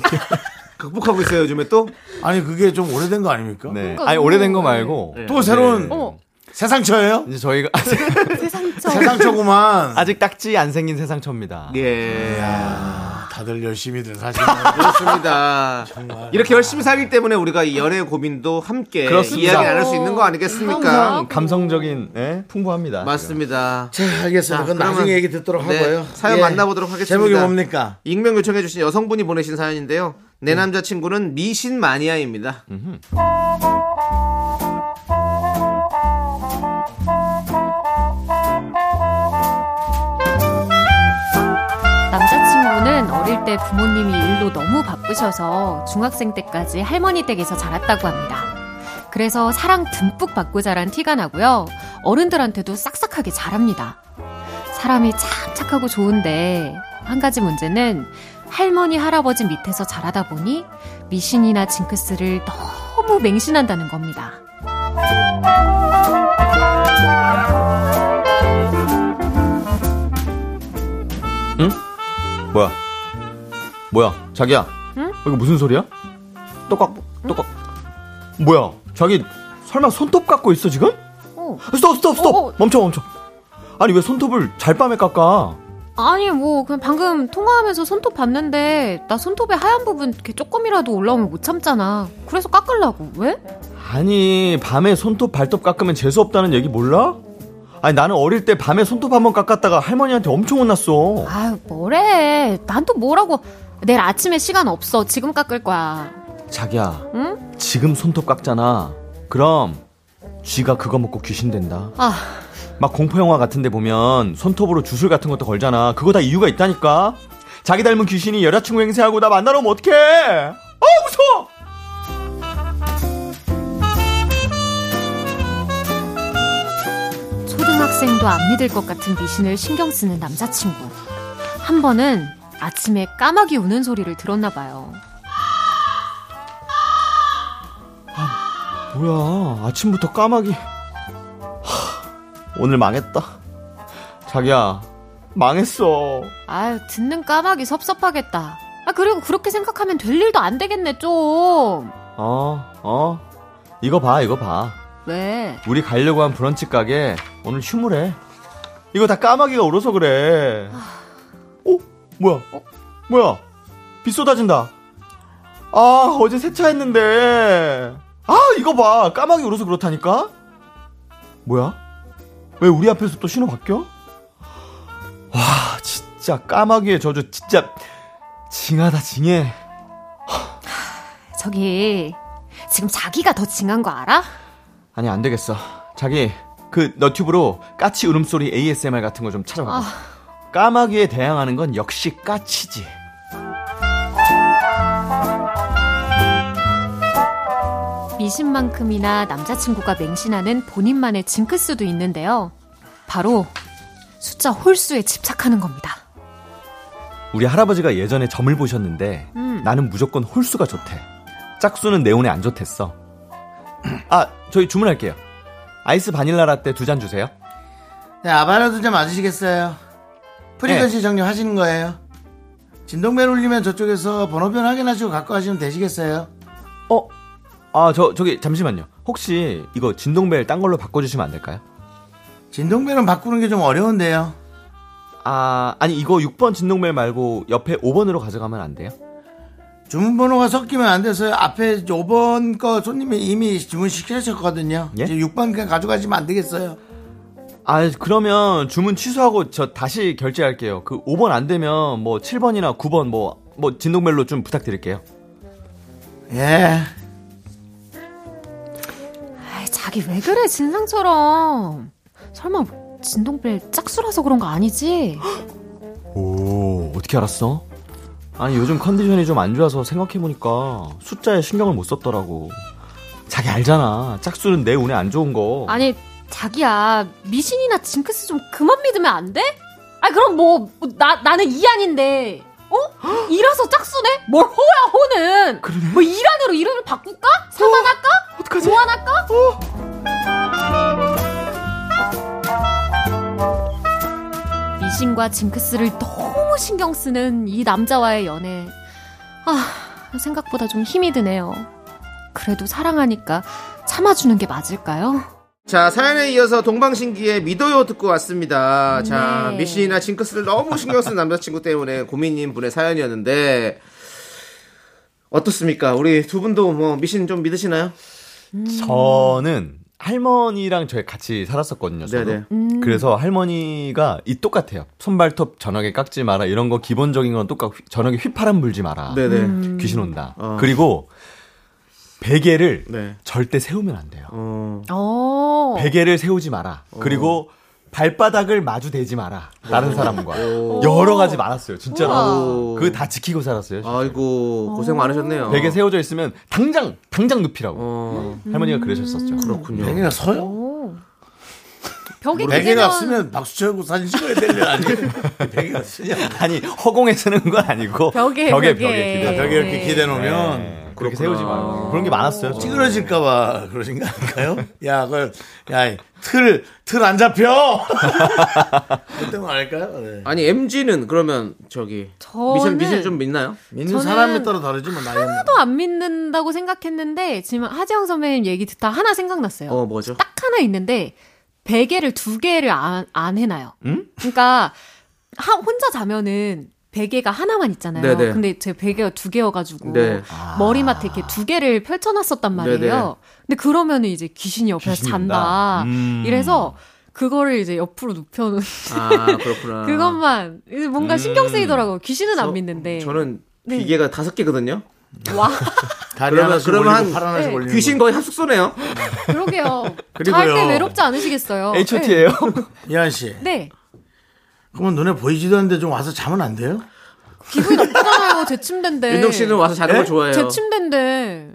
C: 극복하고 있어요, 요즘에 또?
B: 아니 그게 좀 오래된 거 아닙니까?
I: 네. 아니 오래된 거 말고
C: 네.
B: 또 새로운
H: 어,
B: 새 상처예요?
I: 이제 저희가 아직,
H: 새그 상처.
B: 새 상처구만.
I: 아직 딱지 안 생긴 세상처입니다.
C: 예.
B: 아. 다들 열심히들 사실.
C: 그렇습니다. 이렇게 열심히 살기 때문에 우리가 이 연애 고민도 함께
I: 그렇습니다.
C: 이야기 나눌 수 있는 거 아니겠습니까?
H: 감사합니다.
I: 감성적인 예? 풍부합니다.
C: 맞습니다.
B: 자, 알겠습니다. 그건
C: 그러면-
B: 나중에 얘기 듣도록
C: 네,
B: 하고요. 예.
C: 사연 만나보도록 하겠습니다.
B: 제목이 뭡니까?
C: 익명 요청해주신 여성분이 보내신 사연인데요. 내
B: 네.
C: 남자친구는 미신 마니아입니다.
H: 남자친구는 어릴 때 부모님이 일로 너무 바쁘셔서 중학생 때까지 할머니 댁에서 자랐다고 합니다. 그래서 사랑 듬뿍 받고 자란 티가 나고요. 어른들한테도 싹싹하게 잘합니다. 사람이 참 착하고 좋은데 한 가지 문제는 할머니 할아버지 밑에서 자라다 보니 미신이나 징크스를 너무 맹신한다는 겁니다.
I: 뭐야? 뭐야? 자기야. 이거 무슨 소리야? 똑깍 똑깍. 뭐야? 자기 설마 손톱 깎고 있어 지금?
H: 어.
I: 스톱 스톱 스톱
H: 어, 어.
I: 멈춰 멈춰 아니 왜 손톱을 잘밤에 깎아
H: 아니 뭐 그냥 방금 통화하면서 손톱 봤는데 나 손톱에 하얀 부분 이렇게 조금이라도 올라오면 못 참잖아. 그래서 깎으려고. 왜?
I: 아니 밤에 손톱 발톱 깎으면 재수 없다는 얘기 몰라? 아니 나는 어릴 때 밤에 손톱 한번 깎았다가 할머니한테 엄청 혼났어
H: 아유 뭐래. 난 또 뭐라고. 내일 아침에 시간 없어. 지금 깎을 거야.
I: 자기야
H: 응?
I: 지금 손톱 깎잖아 그럼 쥐가 그거 먹고 귀신 된다
H: 아
I: 막 공포 영화 같은데 보면 손톱으로 주술 같은 것도 걸잖아. 그거 다 이유가 있다니까. 자기 닮은 귀신이 여자친구 행세하고 나 만나러 오면 어떡해? 아 무서워.
H: 초등학생도 안 믿을 것 같은 미신을 신경 쓰는 남자친구. 한 번은 아침에 까마귀 우는 소리를 들었나 봐요.
I: 뭐야 아침부터 까마귀. 하, 오늘 망했다. 자기야 망했어.
H: 아유 듣는 까마귀 섭섭하겠다. 아 그리고 그렇게 생각하면 될 일도 안 되겠네 좀.
I: 어 어. 이거 봐 이거 봐.
H: 왜?
I: 우리 가려고 한 브런치 가게 오늘 휴무래. 이거 다 까마귀가 울어서 그래. 어? 뭐야? 뭐야? 비 쏟아진다. 아, 어제 세차했는데. 아, 이거 봐. 까마귀 울어서 그렇다니까? 뭐야? 왜 우리 앞에서 또 신호 바뀌어? 와, 진짜 까마귀의 저주 진짜 징하다 징해.
H: 저기 지금 자기가 더 징한 거 알아?
I: 아니, 안 되겠어. 자기, 그 너튜브로 까치 울음소리 ASMR 같은 거 좀 찾아봐.
H: 아,
I: 까마귀에 대항하는 건 역시 까치지.
H: 미신만큼이나 남자친구가 맹신하는 본인만의 징크스도 있는데요. 바로 숫자 홀수에 집착하는 겁니다.
I: 우리 할아버지가 예전에 점을 보셨는데
H: 음.
I: 나는 무조건 홀수가 좋대. 짝수는 내 운에 안 좋댔어. [CLEARS THROAT] 아, 저희 주문할게요. 아이스 바닐라 라떼 두 잔 주세요.
G: 네, 아바라도 좀 맞으시겠어요?
B: 네.
G: 프리퀀시 정리하시는 거예요? 진동벨 울리면 저쪽에서 번호변 확인하시고 갖고 가시면 되시겠어요?
I: 어? 아, 저 저기 잠시만요. 혹시 이거 진동벨 딴 걸로 바꿔 주시면 안 될까요?
G: 진동벨은 바꾸는 게 좀 어려운데요.
I: 아, 아니 이거 6번 진동벨 말고 옆에 5번으로 가져가면 안 돼요?
G: 주문번호가 섞이면 안 돼서요. 앞에 5번 거 손님이 이미 주문시키셨거든요.
I: 예?
G: 이제 6번 그냥 가져가시면 안 되겠어요.
I: 아, 그러면 주문 취소하고 저 다시 결제할게요. 그 5번 안 되면 뭐 7번이나 9번 뭐 뭐 진동벨로 좀 부탁드릴게요.
B: 네.
G: 예.
H: 아이, 자기 왜 그래 진상처럼? 설마 진동벨 짝수라서 그런 거 아니지?
I: 오, 어떻게 알았어? 아니, 요즘 컨디션이 좀 안 좋아서 생각해보니까 숫자에 신경을 못 썼더라고. 자기 알잖아. 짝수는 내 운에 안 좋은 거.
H: 아니 자기야 미신이나 징크스 좀 그만 믿으면 안 돼? 아 그럼 뭐 나 나는 이안인데 어? [GASPS] 이라서 짝수네? 뭘 호야 호는? 뭐 이란으로 이름을 바꿀까? 상관할까?
I: 어떡하지?
H: 보완할까? 미신과 징크스를 너무 신경 쓰는 이 남자와의 연애 아 생각보다 좀 힘이 드네요. 그래도 사랑하니까 참아주는 게 맞을까요?
C: 자, 사연에 이어서 동방신기의 믿어요 듣고 왔습니다. 자,
H: 네.
C: 미신이나 징크스를 너무 신경 쓰는 남자친구 때문에 고민인 분의 사연이었는데, 어떻습니까? 우리 두 분도 뭐 미신 좀 믿으시나요?
I: 저는 할머니랑 저희 같이 살았었거든요. 저도.
C: 네네.
H: 음.
I: 그래서 할머니가 이 똑같아요. 손발톱 저녁에 깎지 마라. 이런 거 기본적인 건 똑같고 휘- 저녁에 휘파람 불지 마라.
C: 네네.
H: 음.
I: 귀신 온다.
C: 어.
I: 그리고 베개를
C: 네.
I: 절대 세우면 안 돼요.
C: 어,
H: 어.
I: 베개를 세우지 마라. 그리고 발바닥을 마주 대지 마라. 다른 사람과. 여러 가지 많았어요. 진짜로.
C: 우와.
I: 그거 다 지키고 살았어요. 진짜.
C: 아이고,
H: 어.
C: 고생 많으셨네요.
I: 베개 세워져 있으면 당장, 당장 눕히라고.
C: 어,
I: 할머니가 그러셨었죠. [LAUGHS]
C: 그렇군요.
B: 베개가 서요?
H: 오. 벽에
B: 베개가
H: 그대로-
B: 쓰면 박수 쳐고 사진 찍어야 될일 아니에요? 베개가 쓰냐?
I: 아니, 허공에 쓰는 건 아니고.
H: 벽에
I: 벽에,
H: 벽에.
I: 기대.
B: 벽에 이렇게 기대놓으면
I: 네. 그렇게 세우지 말고 그런 게 많았어요. 저는.
B: 찌그러질까봐 그러신가 할까요? 야, 그걸, 야, 틀, 틀 안 잡혀! [LAUGHS] 그때 문 알까요? 네.
C: 아니 MG는 그러면 저기
H: 저는-
C: 미션 미션 좀 믿나요?
B: 믿는
H: 저는
B: 사람에 따라 다르지, 뭐, 나이는.
H: 하나도 안 믿는다고 생각했는데 지금 하재영 선배님 얘기 듣다 하나 생각났어요.
C: 어 뭐죠?
H: 딱 하나 있는데 베개를 두 개를 안, 안 해놔요. 그러니까 하- 혼자 자면은 베개가 하나만 있잖아요.
C: 네네.
H: 근데 제 베개가 두 개여가지고
C: 네.
H: 머리맡에 이렇게 두 개를 펼쳐놨었단 말이에요.
C: 네네.
H: 근데 그러면은 이제 귀신이 옆에서
I: 귀신이
H: 잔다.
I: 온다. 음.
H: 이래서 그거를 이제 옆으로 눕혀놓는
C: 아 그렇구나.
H: [LAUGHS] 그것만 이제
B: 음.
H: 뭔가 신경 쓰이더라고요. 귀신은
C: 저-
H: 안
B: [LAUGHS]
H: 믿는데.
C: 저는
H: 네.
C: 기계가 다섯 개거든요.
H: 와
B: 다리
C: 그러면-
B: 하나씩
C: 그러면
B: 올리고,
C: 한-
B: 팔 하나씩
H: 네.
B: 올리고.
C: 귀신 거의 합숙소네요.
H: 그러게요. 잘
B: 그리고요.
H: 때 외롭지 않으시겠어요.
I: H.O.T.예요.
B: 이한 씨.
H: 네. 네.
B: 그러면 눈에 보이지도 않는데 좀 와서 자면 안 돼요?
H: 기분이 나쁘잖아요. 제 침대인데.
C: 윤정 씨는 와서 자는
B: 예?
C: 걸 좋아해요.
H: 제 침대인데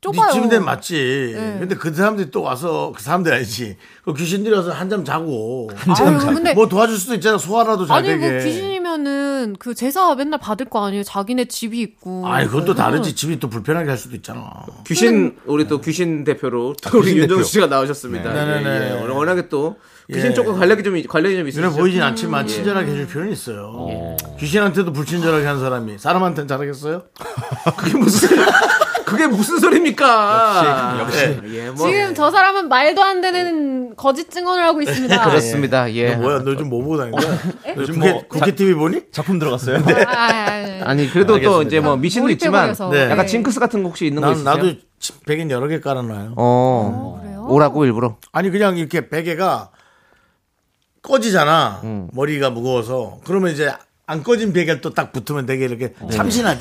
H: 좁아요.
B: 네 침대 맞지.
H: 네.
B: 근데 그 사람들이 또 와서 그 사람들 아니지. 그 귀신들이 와서 한잠 자고.
H: 아유, 근데
B: 뭐 도와줄 수도 있잖아. 소화라도 잘
H: 아니
B: 되게.
H: 뭐 귀신이면은 그 제사 맨날 받을 거 아니에요. 자기네 집이 있고.
B: 아니 그것도 다르지. 집이 또 불편하게 할 수도 있잖아.
H: 네.
C: 귀신 우리 또 귀신 대표로 또 우리
I: 귀신
C: 윤정
I: 대표.
C: 씨가 나오셨습니다.
B: 아, 네네네.
C: 예, 예. 워낙에 또 귀신
B: 예.
C: 쪽과 관련이 좀 관련이 좀 있으시죠.
B: 눈에 보이진 않지만 친절하게 해줄 필요는 있어요. 예. 귀신한테도 불친절하게 한 사람이 사람한테는 잘하겠어요?
C: 그게 무슨 [LAUGHS] 그게 무슨 소리입니까? 역시 역시. 예, 뭐
H: 지금 저 사람은 말도 안 되는 거짓 증언을
B: [LAUGHS]
H: 하고 있습니다.
C: 그렇습니다. 예.
B: 뭐야, 너 요즘 뭐 보고 다니는 [LAUGHS] 거야? 너 요즘 뭐
I: 국회-
B: 국회, 국회 TV 보니?
I: 작품 들어갔어요.
H: 아, 아, 아, 아.
C: 아니 그래도 또
B: 알겠습니다.
C: 이제 뭐 미신도 있지만
H: 몰입해버려서.
B: 네.
C: 약간
H: 네.
C: 징크스 같은 거 혹시 있는 거
B: 난
C: 있으세요?
B: 나도 침- 베개는 여러 개 깔아놔요.
C: 어.
H: 그래요?
B: 뭐,
C: 오라고 일부러.
B: 아니 그냥 이렇게 베개가 꺼지잖아. 머리가 무거워서 그러면 이제 안 꺼진 베개 또 딱 붙으면 되게 이렇게 참신하지.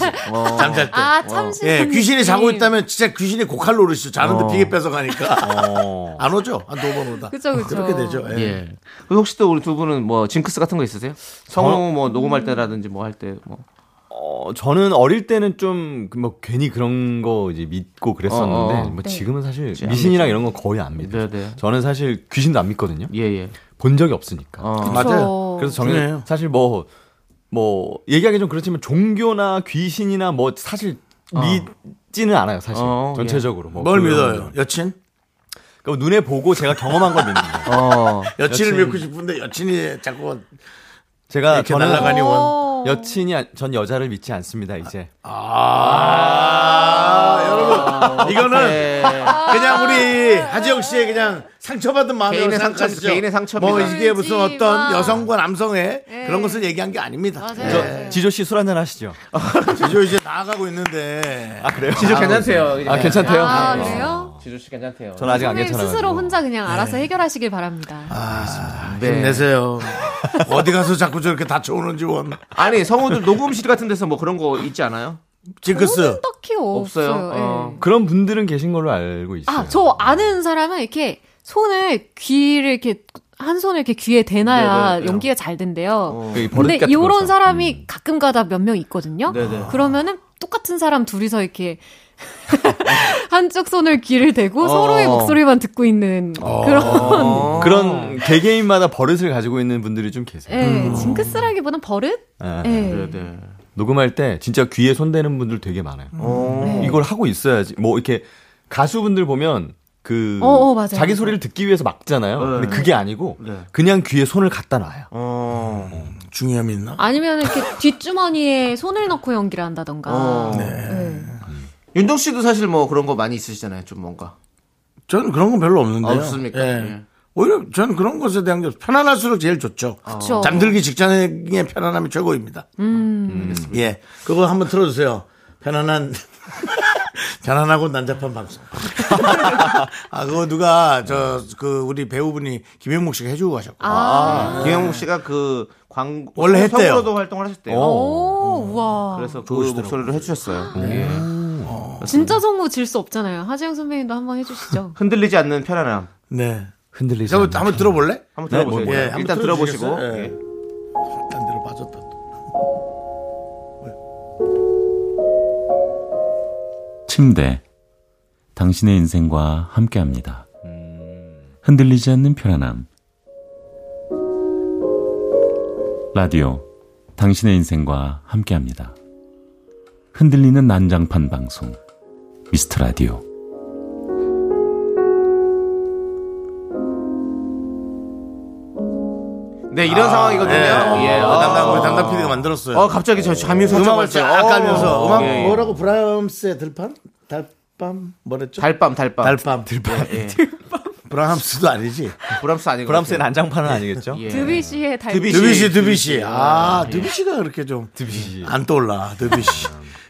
B: 잠잘 때.
H: 아 참신.
B: 예, 귀신이
H: 선생님.
B: 자고 있다면 진짜 귀신이 고칼 노릇이죠. 자는데 비계 어. 뺏어가니까. 안 오죠? 한 두 번 오다.
H: 그쵸, 그쵸.
B: 렇게 되죠. 예.
C: 예. 그리고 혹시 또 우리 두 분은 뭐 징크스 같은 거 있으세요?
B: 어?
C: 성우 뭐 녹음할 때라든지 뭐 할 때 뭐.
B: 음.
I: 어, 저는 어릴 때는 좀 뭐 괜히 그런 거 이제 믿고 그랬었는데
C: 어, 어.
I: 뭐
B: 네.
I: 지금은 사실 미신이랑 이런 건 거의 안 믿어요.
C: 믿어야 돼요.
I: 저는 사실 귀신도 안 믿거든요.
C: 예, 예.
I: 본 적이 없으니까.
C: 어.
B: 맞아요.
I: 그래서 저는
B: 중요해요.
I: 사실 뭐, 뭐, 얘기하기 좀 그렇지만 종교나 귀신이나 뭐 사실 믿지는 않아요, 사실.
C: 어, 예.
I: 전체적으로. 뭐
B: 뭘
I: 그런
B: 믿어요?
I: 거는.
B: 여친?
I: 그럼 눈에 보고 제가 경험한 걸 믿는 거예요.
C: 어.
B: 여친을
I: 여친.
B: 믿고 싶은데 여친이 자꾸
I: 제가
B: 이렇게
I: 저는
B: 날아가니 원.
H: 어.
I: 여친이, 아- 전 여자를 믿지 않습니다, 이제.
B: 아, 여러분. 이거는 아,
C: 예.
B: 그냥 우리 하지영 씨의 그냥 상처받은 마음으로
C: 개인의 상처,
B: 생각하시죠.
C: 개인의 상처입니다.
B: 뭐 이게 무슨
H: 울지
B: 어떤
H: 마.
B: 여성과 남성의
H: 예.
B: 그런 것을 얘기한 게 아닙니다.
H: 아. 맞아요.
B: 예.
H: 네.
I: 지조 씨 술 한잔 하시죠.
B: 지조 이제 나아가고 있는데
I: 아, 그래요?
C: 지조 괜찮대요. 예.
I: 아, 괜찮대요?
H: 아
I: 네.
H: 그래요?
C: 지조 씨 괜찮대요.
I: 저는 아직 안 네. 아,
H: 선생님
I: 괜찮아요.
H: 스스로 혼자 그냥 알아서 해결하시길 바랍니다. 아,
C: 네.
B: 힘내세요. 어디 가서 자꾸 저렇게 다쳐오는지 원.
C: 아니, 성우들 녹음실 같은 데서 뭐 그런 거 있지 않아요?
B: 징크스.
H: 딱히
C: 없어요?
H: 없어요.
C: 어.
H: 예.
I: 그런 분들은 계신 걸로 알고 있어요.
H: 아, 저 아는 사람은 이렇게 손을 귀를 이렇게 한 손을 이렇게 귀에
I: 네,
H: 대놔야 연기가 잘 된대요.
I: 그 버릇
H: 근데
I: 같은
H: 이런
I: 거죠. 음. 네,
H: 사람이 가끔가다 몇 명 있거든요. 그러면은 똑같은 사람 둘이서
I: [LAUGHS]
H: 이렇게 한쪽 손을 귀를 대고
I: 어.
H: 서로의 목소리만 듣고 있는 그런
B: 어.
I: 음. 그런 개개인마다 버릇을 가지고 있는 분들이 좀 계세요.
H: 예, 징크스라기보단 버릇.
I: 예.
H: 예.
C: 네.
I: 녹음할 때 진짜 귀에 손대는 분들 되게 많아요.
B: 어.
H: 네.
I: 이걸 하고 있어야지. 뭐 이렇게 가수분들 보면 그
H: 어, 어, 맞아요,
I: 자기
H: 맞아요.
I: 소리를 듣기 위해서 막잖아요. 근데 그게 아니고 그냥 귀에 손을 갖다 놔요.
C: 어.
B: 중요함이 있나?
H: 아니면 이렇게 뒷주머니에 손을 넣고 연기를 한다던가.
B: 어.
C: 어. 네.
H: 예.
C: 윤정 씨도 사실 뭐 그런 거 많이 있으시잖아요. 좀 뭔가.
B: 저는 그런 건 별로 없는데요.
C: 없습니까?
B: 예.
C: 예.
B: 오히려 저는 그런 것에 대한 게 편안할수록 제일 좋죠.
H: 그쵸.
B: 잠들기 직전의 편안함이 최고입니다.
H: 음.
C: 음,
B: 예. 그거 한번 틀어주세요. 편안한, [LAUGHS] 편안하고 난잡한 방송. [LAUGHS] 아, 그거 누가, 저, 그, 우리 배우분이 김현목 씨가 해주고 가셨고.
H: 아.
C: 김영국 씨가 그 광고
B: 원래 했대요. 어.
C: 성우로도 활동을 하셨대요.
H: 오, 어, 우와.
C: 그래서 그 목소리를 해주셨어요.
B: 네.
C: 예.
H: 진짜 성우 질 수 없잖아요. 하재영 선배님도 한번 해주시죠.
C: 흔들리지 않는 편안함.
B: 네.
I: 흔들리지
B: 저
I: 않는
B: 한번 들어볼래?
C: 한번 들어보세요.
B: 뭐, 뭐, 예, 한번
C: 네, 일단 들어보시고.
B: 들어주시겠어요? 예.
C: 예.
B: 딴 데로 빠졌다. 또.
D: 침대. 당신의 인생과 함께 합니다. 흔들리지 않는 편안함. 라디오. 당신의 인생과 함께 합니다. 흔들리는 난장판 방송. 미스터 라디오.
C: 네, 이런 상황이거든요.
B: 아, 예.
C: 예.
B: 어,
C: 어,
B: 담당 우리 담당 PD가 만들었어요.
C: 어, 갑자기 저 잠이 살짝
B: 음악을
C: 왔어요.
B: 쫙 깔면서
C: 어,
B: 음악
C: 예, 예.
B: 뭐라고 브라함스의 들판? 달밤 뭐랬죠?
C: 달밤, 달밤.
B: 달밤 [LAUGHS] 들밤. 브라함스도 아니지.
C: 브람스 아니고.
I: 브람스의 난장판은 아니겠죠?
C: 예.
H: 드비시의 달.
C: 드비-
B: 드비시 드비시. 아 드비시가 그렇게 좀 안
I: 예.
B: 떠올라. 드비시.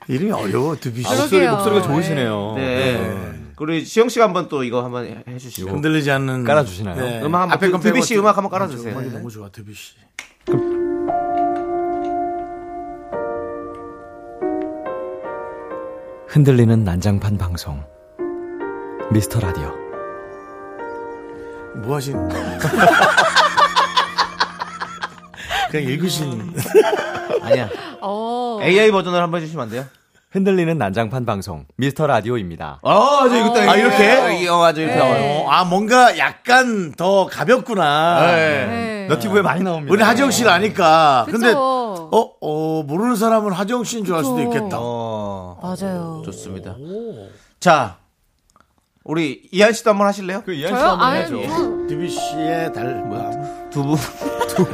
B: 이름이 어려워 드비시.
H: 아, 그러게요.
I: 목소리가 좋으시네요.
C: 네. 우리 지영 씨가 한번 또 이거 한번 해- 해주시죠.
B: 흔들리지 않는
I: 깔아주시나요?
C: 음악 한번
B: 앞에 건
C: 드비
B: 빼고
C: 씨 음악 한번 깔아주세요. 예. 네.
B: 음악이 너무 좋아 드비시.
L: 흔들리는 난장판 방송 미스터 라디오
B: 뭐 하시는 거예요? 그냥 읽으신
I: 아니야.
H: 어.
C: AI 버전을 한번 해주시면 안 돼요?
I: 흔들리는 난장판 방송 미스터 라디오입니다.
C: 어, 저 이거 딱.
B: 아, 이렇게?
C: 이게 어, 아주 이렇게. 나와요.
B: 어, 아 뭔가 약간 더 가볍구나.
H: 네.
I: 너튜브에 많이 나옵니다.
B: 우리 하정 씨를 아니까.
H: 그쵸.
B: 근데 어, 어 모르는 사람은 하정 씨인 줄 알 수도
H: 그쵸.
B: 있겠다.
C: 어,
H: 맞아요.
C: 좋습니다. 자, 우리 이한 씨도 한번 하실래요?
I: 그 이한
H: 저요?
I: 씨도 한번
H: 아니,
I: 해줘.
H: 뭐,
B: 드비 씨의 달 뭐야?
C: 두 분.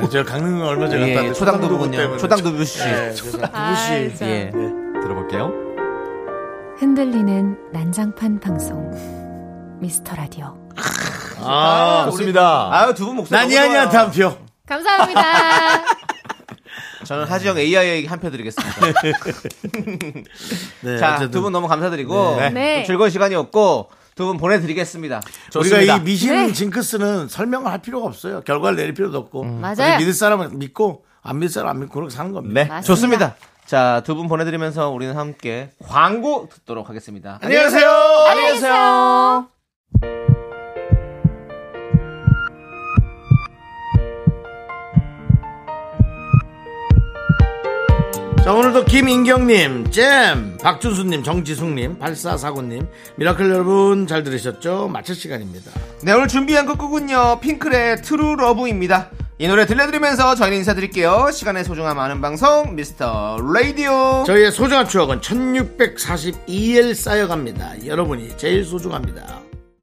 B: 제가 강릉 얼마 전에 갔다
C: 예,
B: 왔는데
C: 초당
B: 초당도구
C: 두부군요.
B: 때문에.
C: 초당 두부 씨.
B: 예, 그래서
H: 아이,
B: 드비 씨.
H: 참.
C: 예.
I: 들어볼게요.
H: 흔들리는 난장판 방송 미스터 라디오.
B: 아,
I: 좋습니다.
C: 아유, 두 분 목소리.
B: 난
C: 너무
B: 이한이한테
C: 좋아요.
B: 한 표.
H: 감사합니다.
C: 저는 하지영 AI에게 한 표 드리겠습니다.
B: 네,
C: 자,
B: 어쨌든
C: 두 분 너무 감사드리고.
B: 네.
H: 네.
C: 좀 즐거운 시간이었고. 두 분 보내드리겠습니다.
B: 우리가
C: 좋습니다.
B: 이 미신
H: 네.
B: 징크스는 설명을 할 필요가 없어요. 결과를 내릴 필요도 없고.
H: 음. 맞아요.
B: 믿을 사람은 믿고 안 믿을 사람은 안 믿고 그렇게 사는 겁니다.
I: 네.
H: 맞습니다.
C: 좋습니다. 자, 두 분 보내드리면서 우리는 함께 광고 듣도록 하겠습니다.
B: 안녕하세요.
C: 안녕히 계세요.
B: 자, 오늘도 김인경님, 잼, 박준수님, 정지숙님, 8449님, 미라클 여러분 잘 들으셨죠? 마칠 시간입니다.
C: 네, 오늘 준비한 곡은요. 핑클의 트루 러브입니다. 이 노래 들려드리면서 저희는 인사드릴게요. 시간의 소중함 아는 방송, 미스터 라디오.
B: 저희의 소중한 추억은 1642일 쌓여갑니다. 여러분이 제일 소중합니다.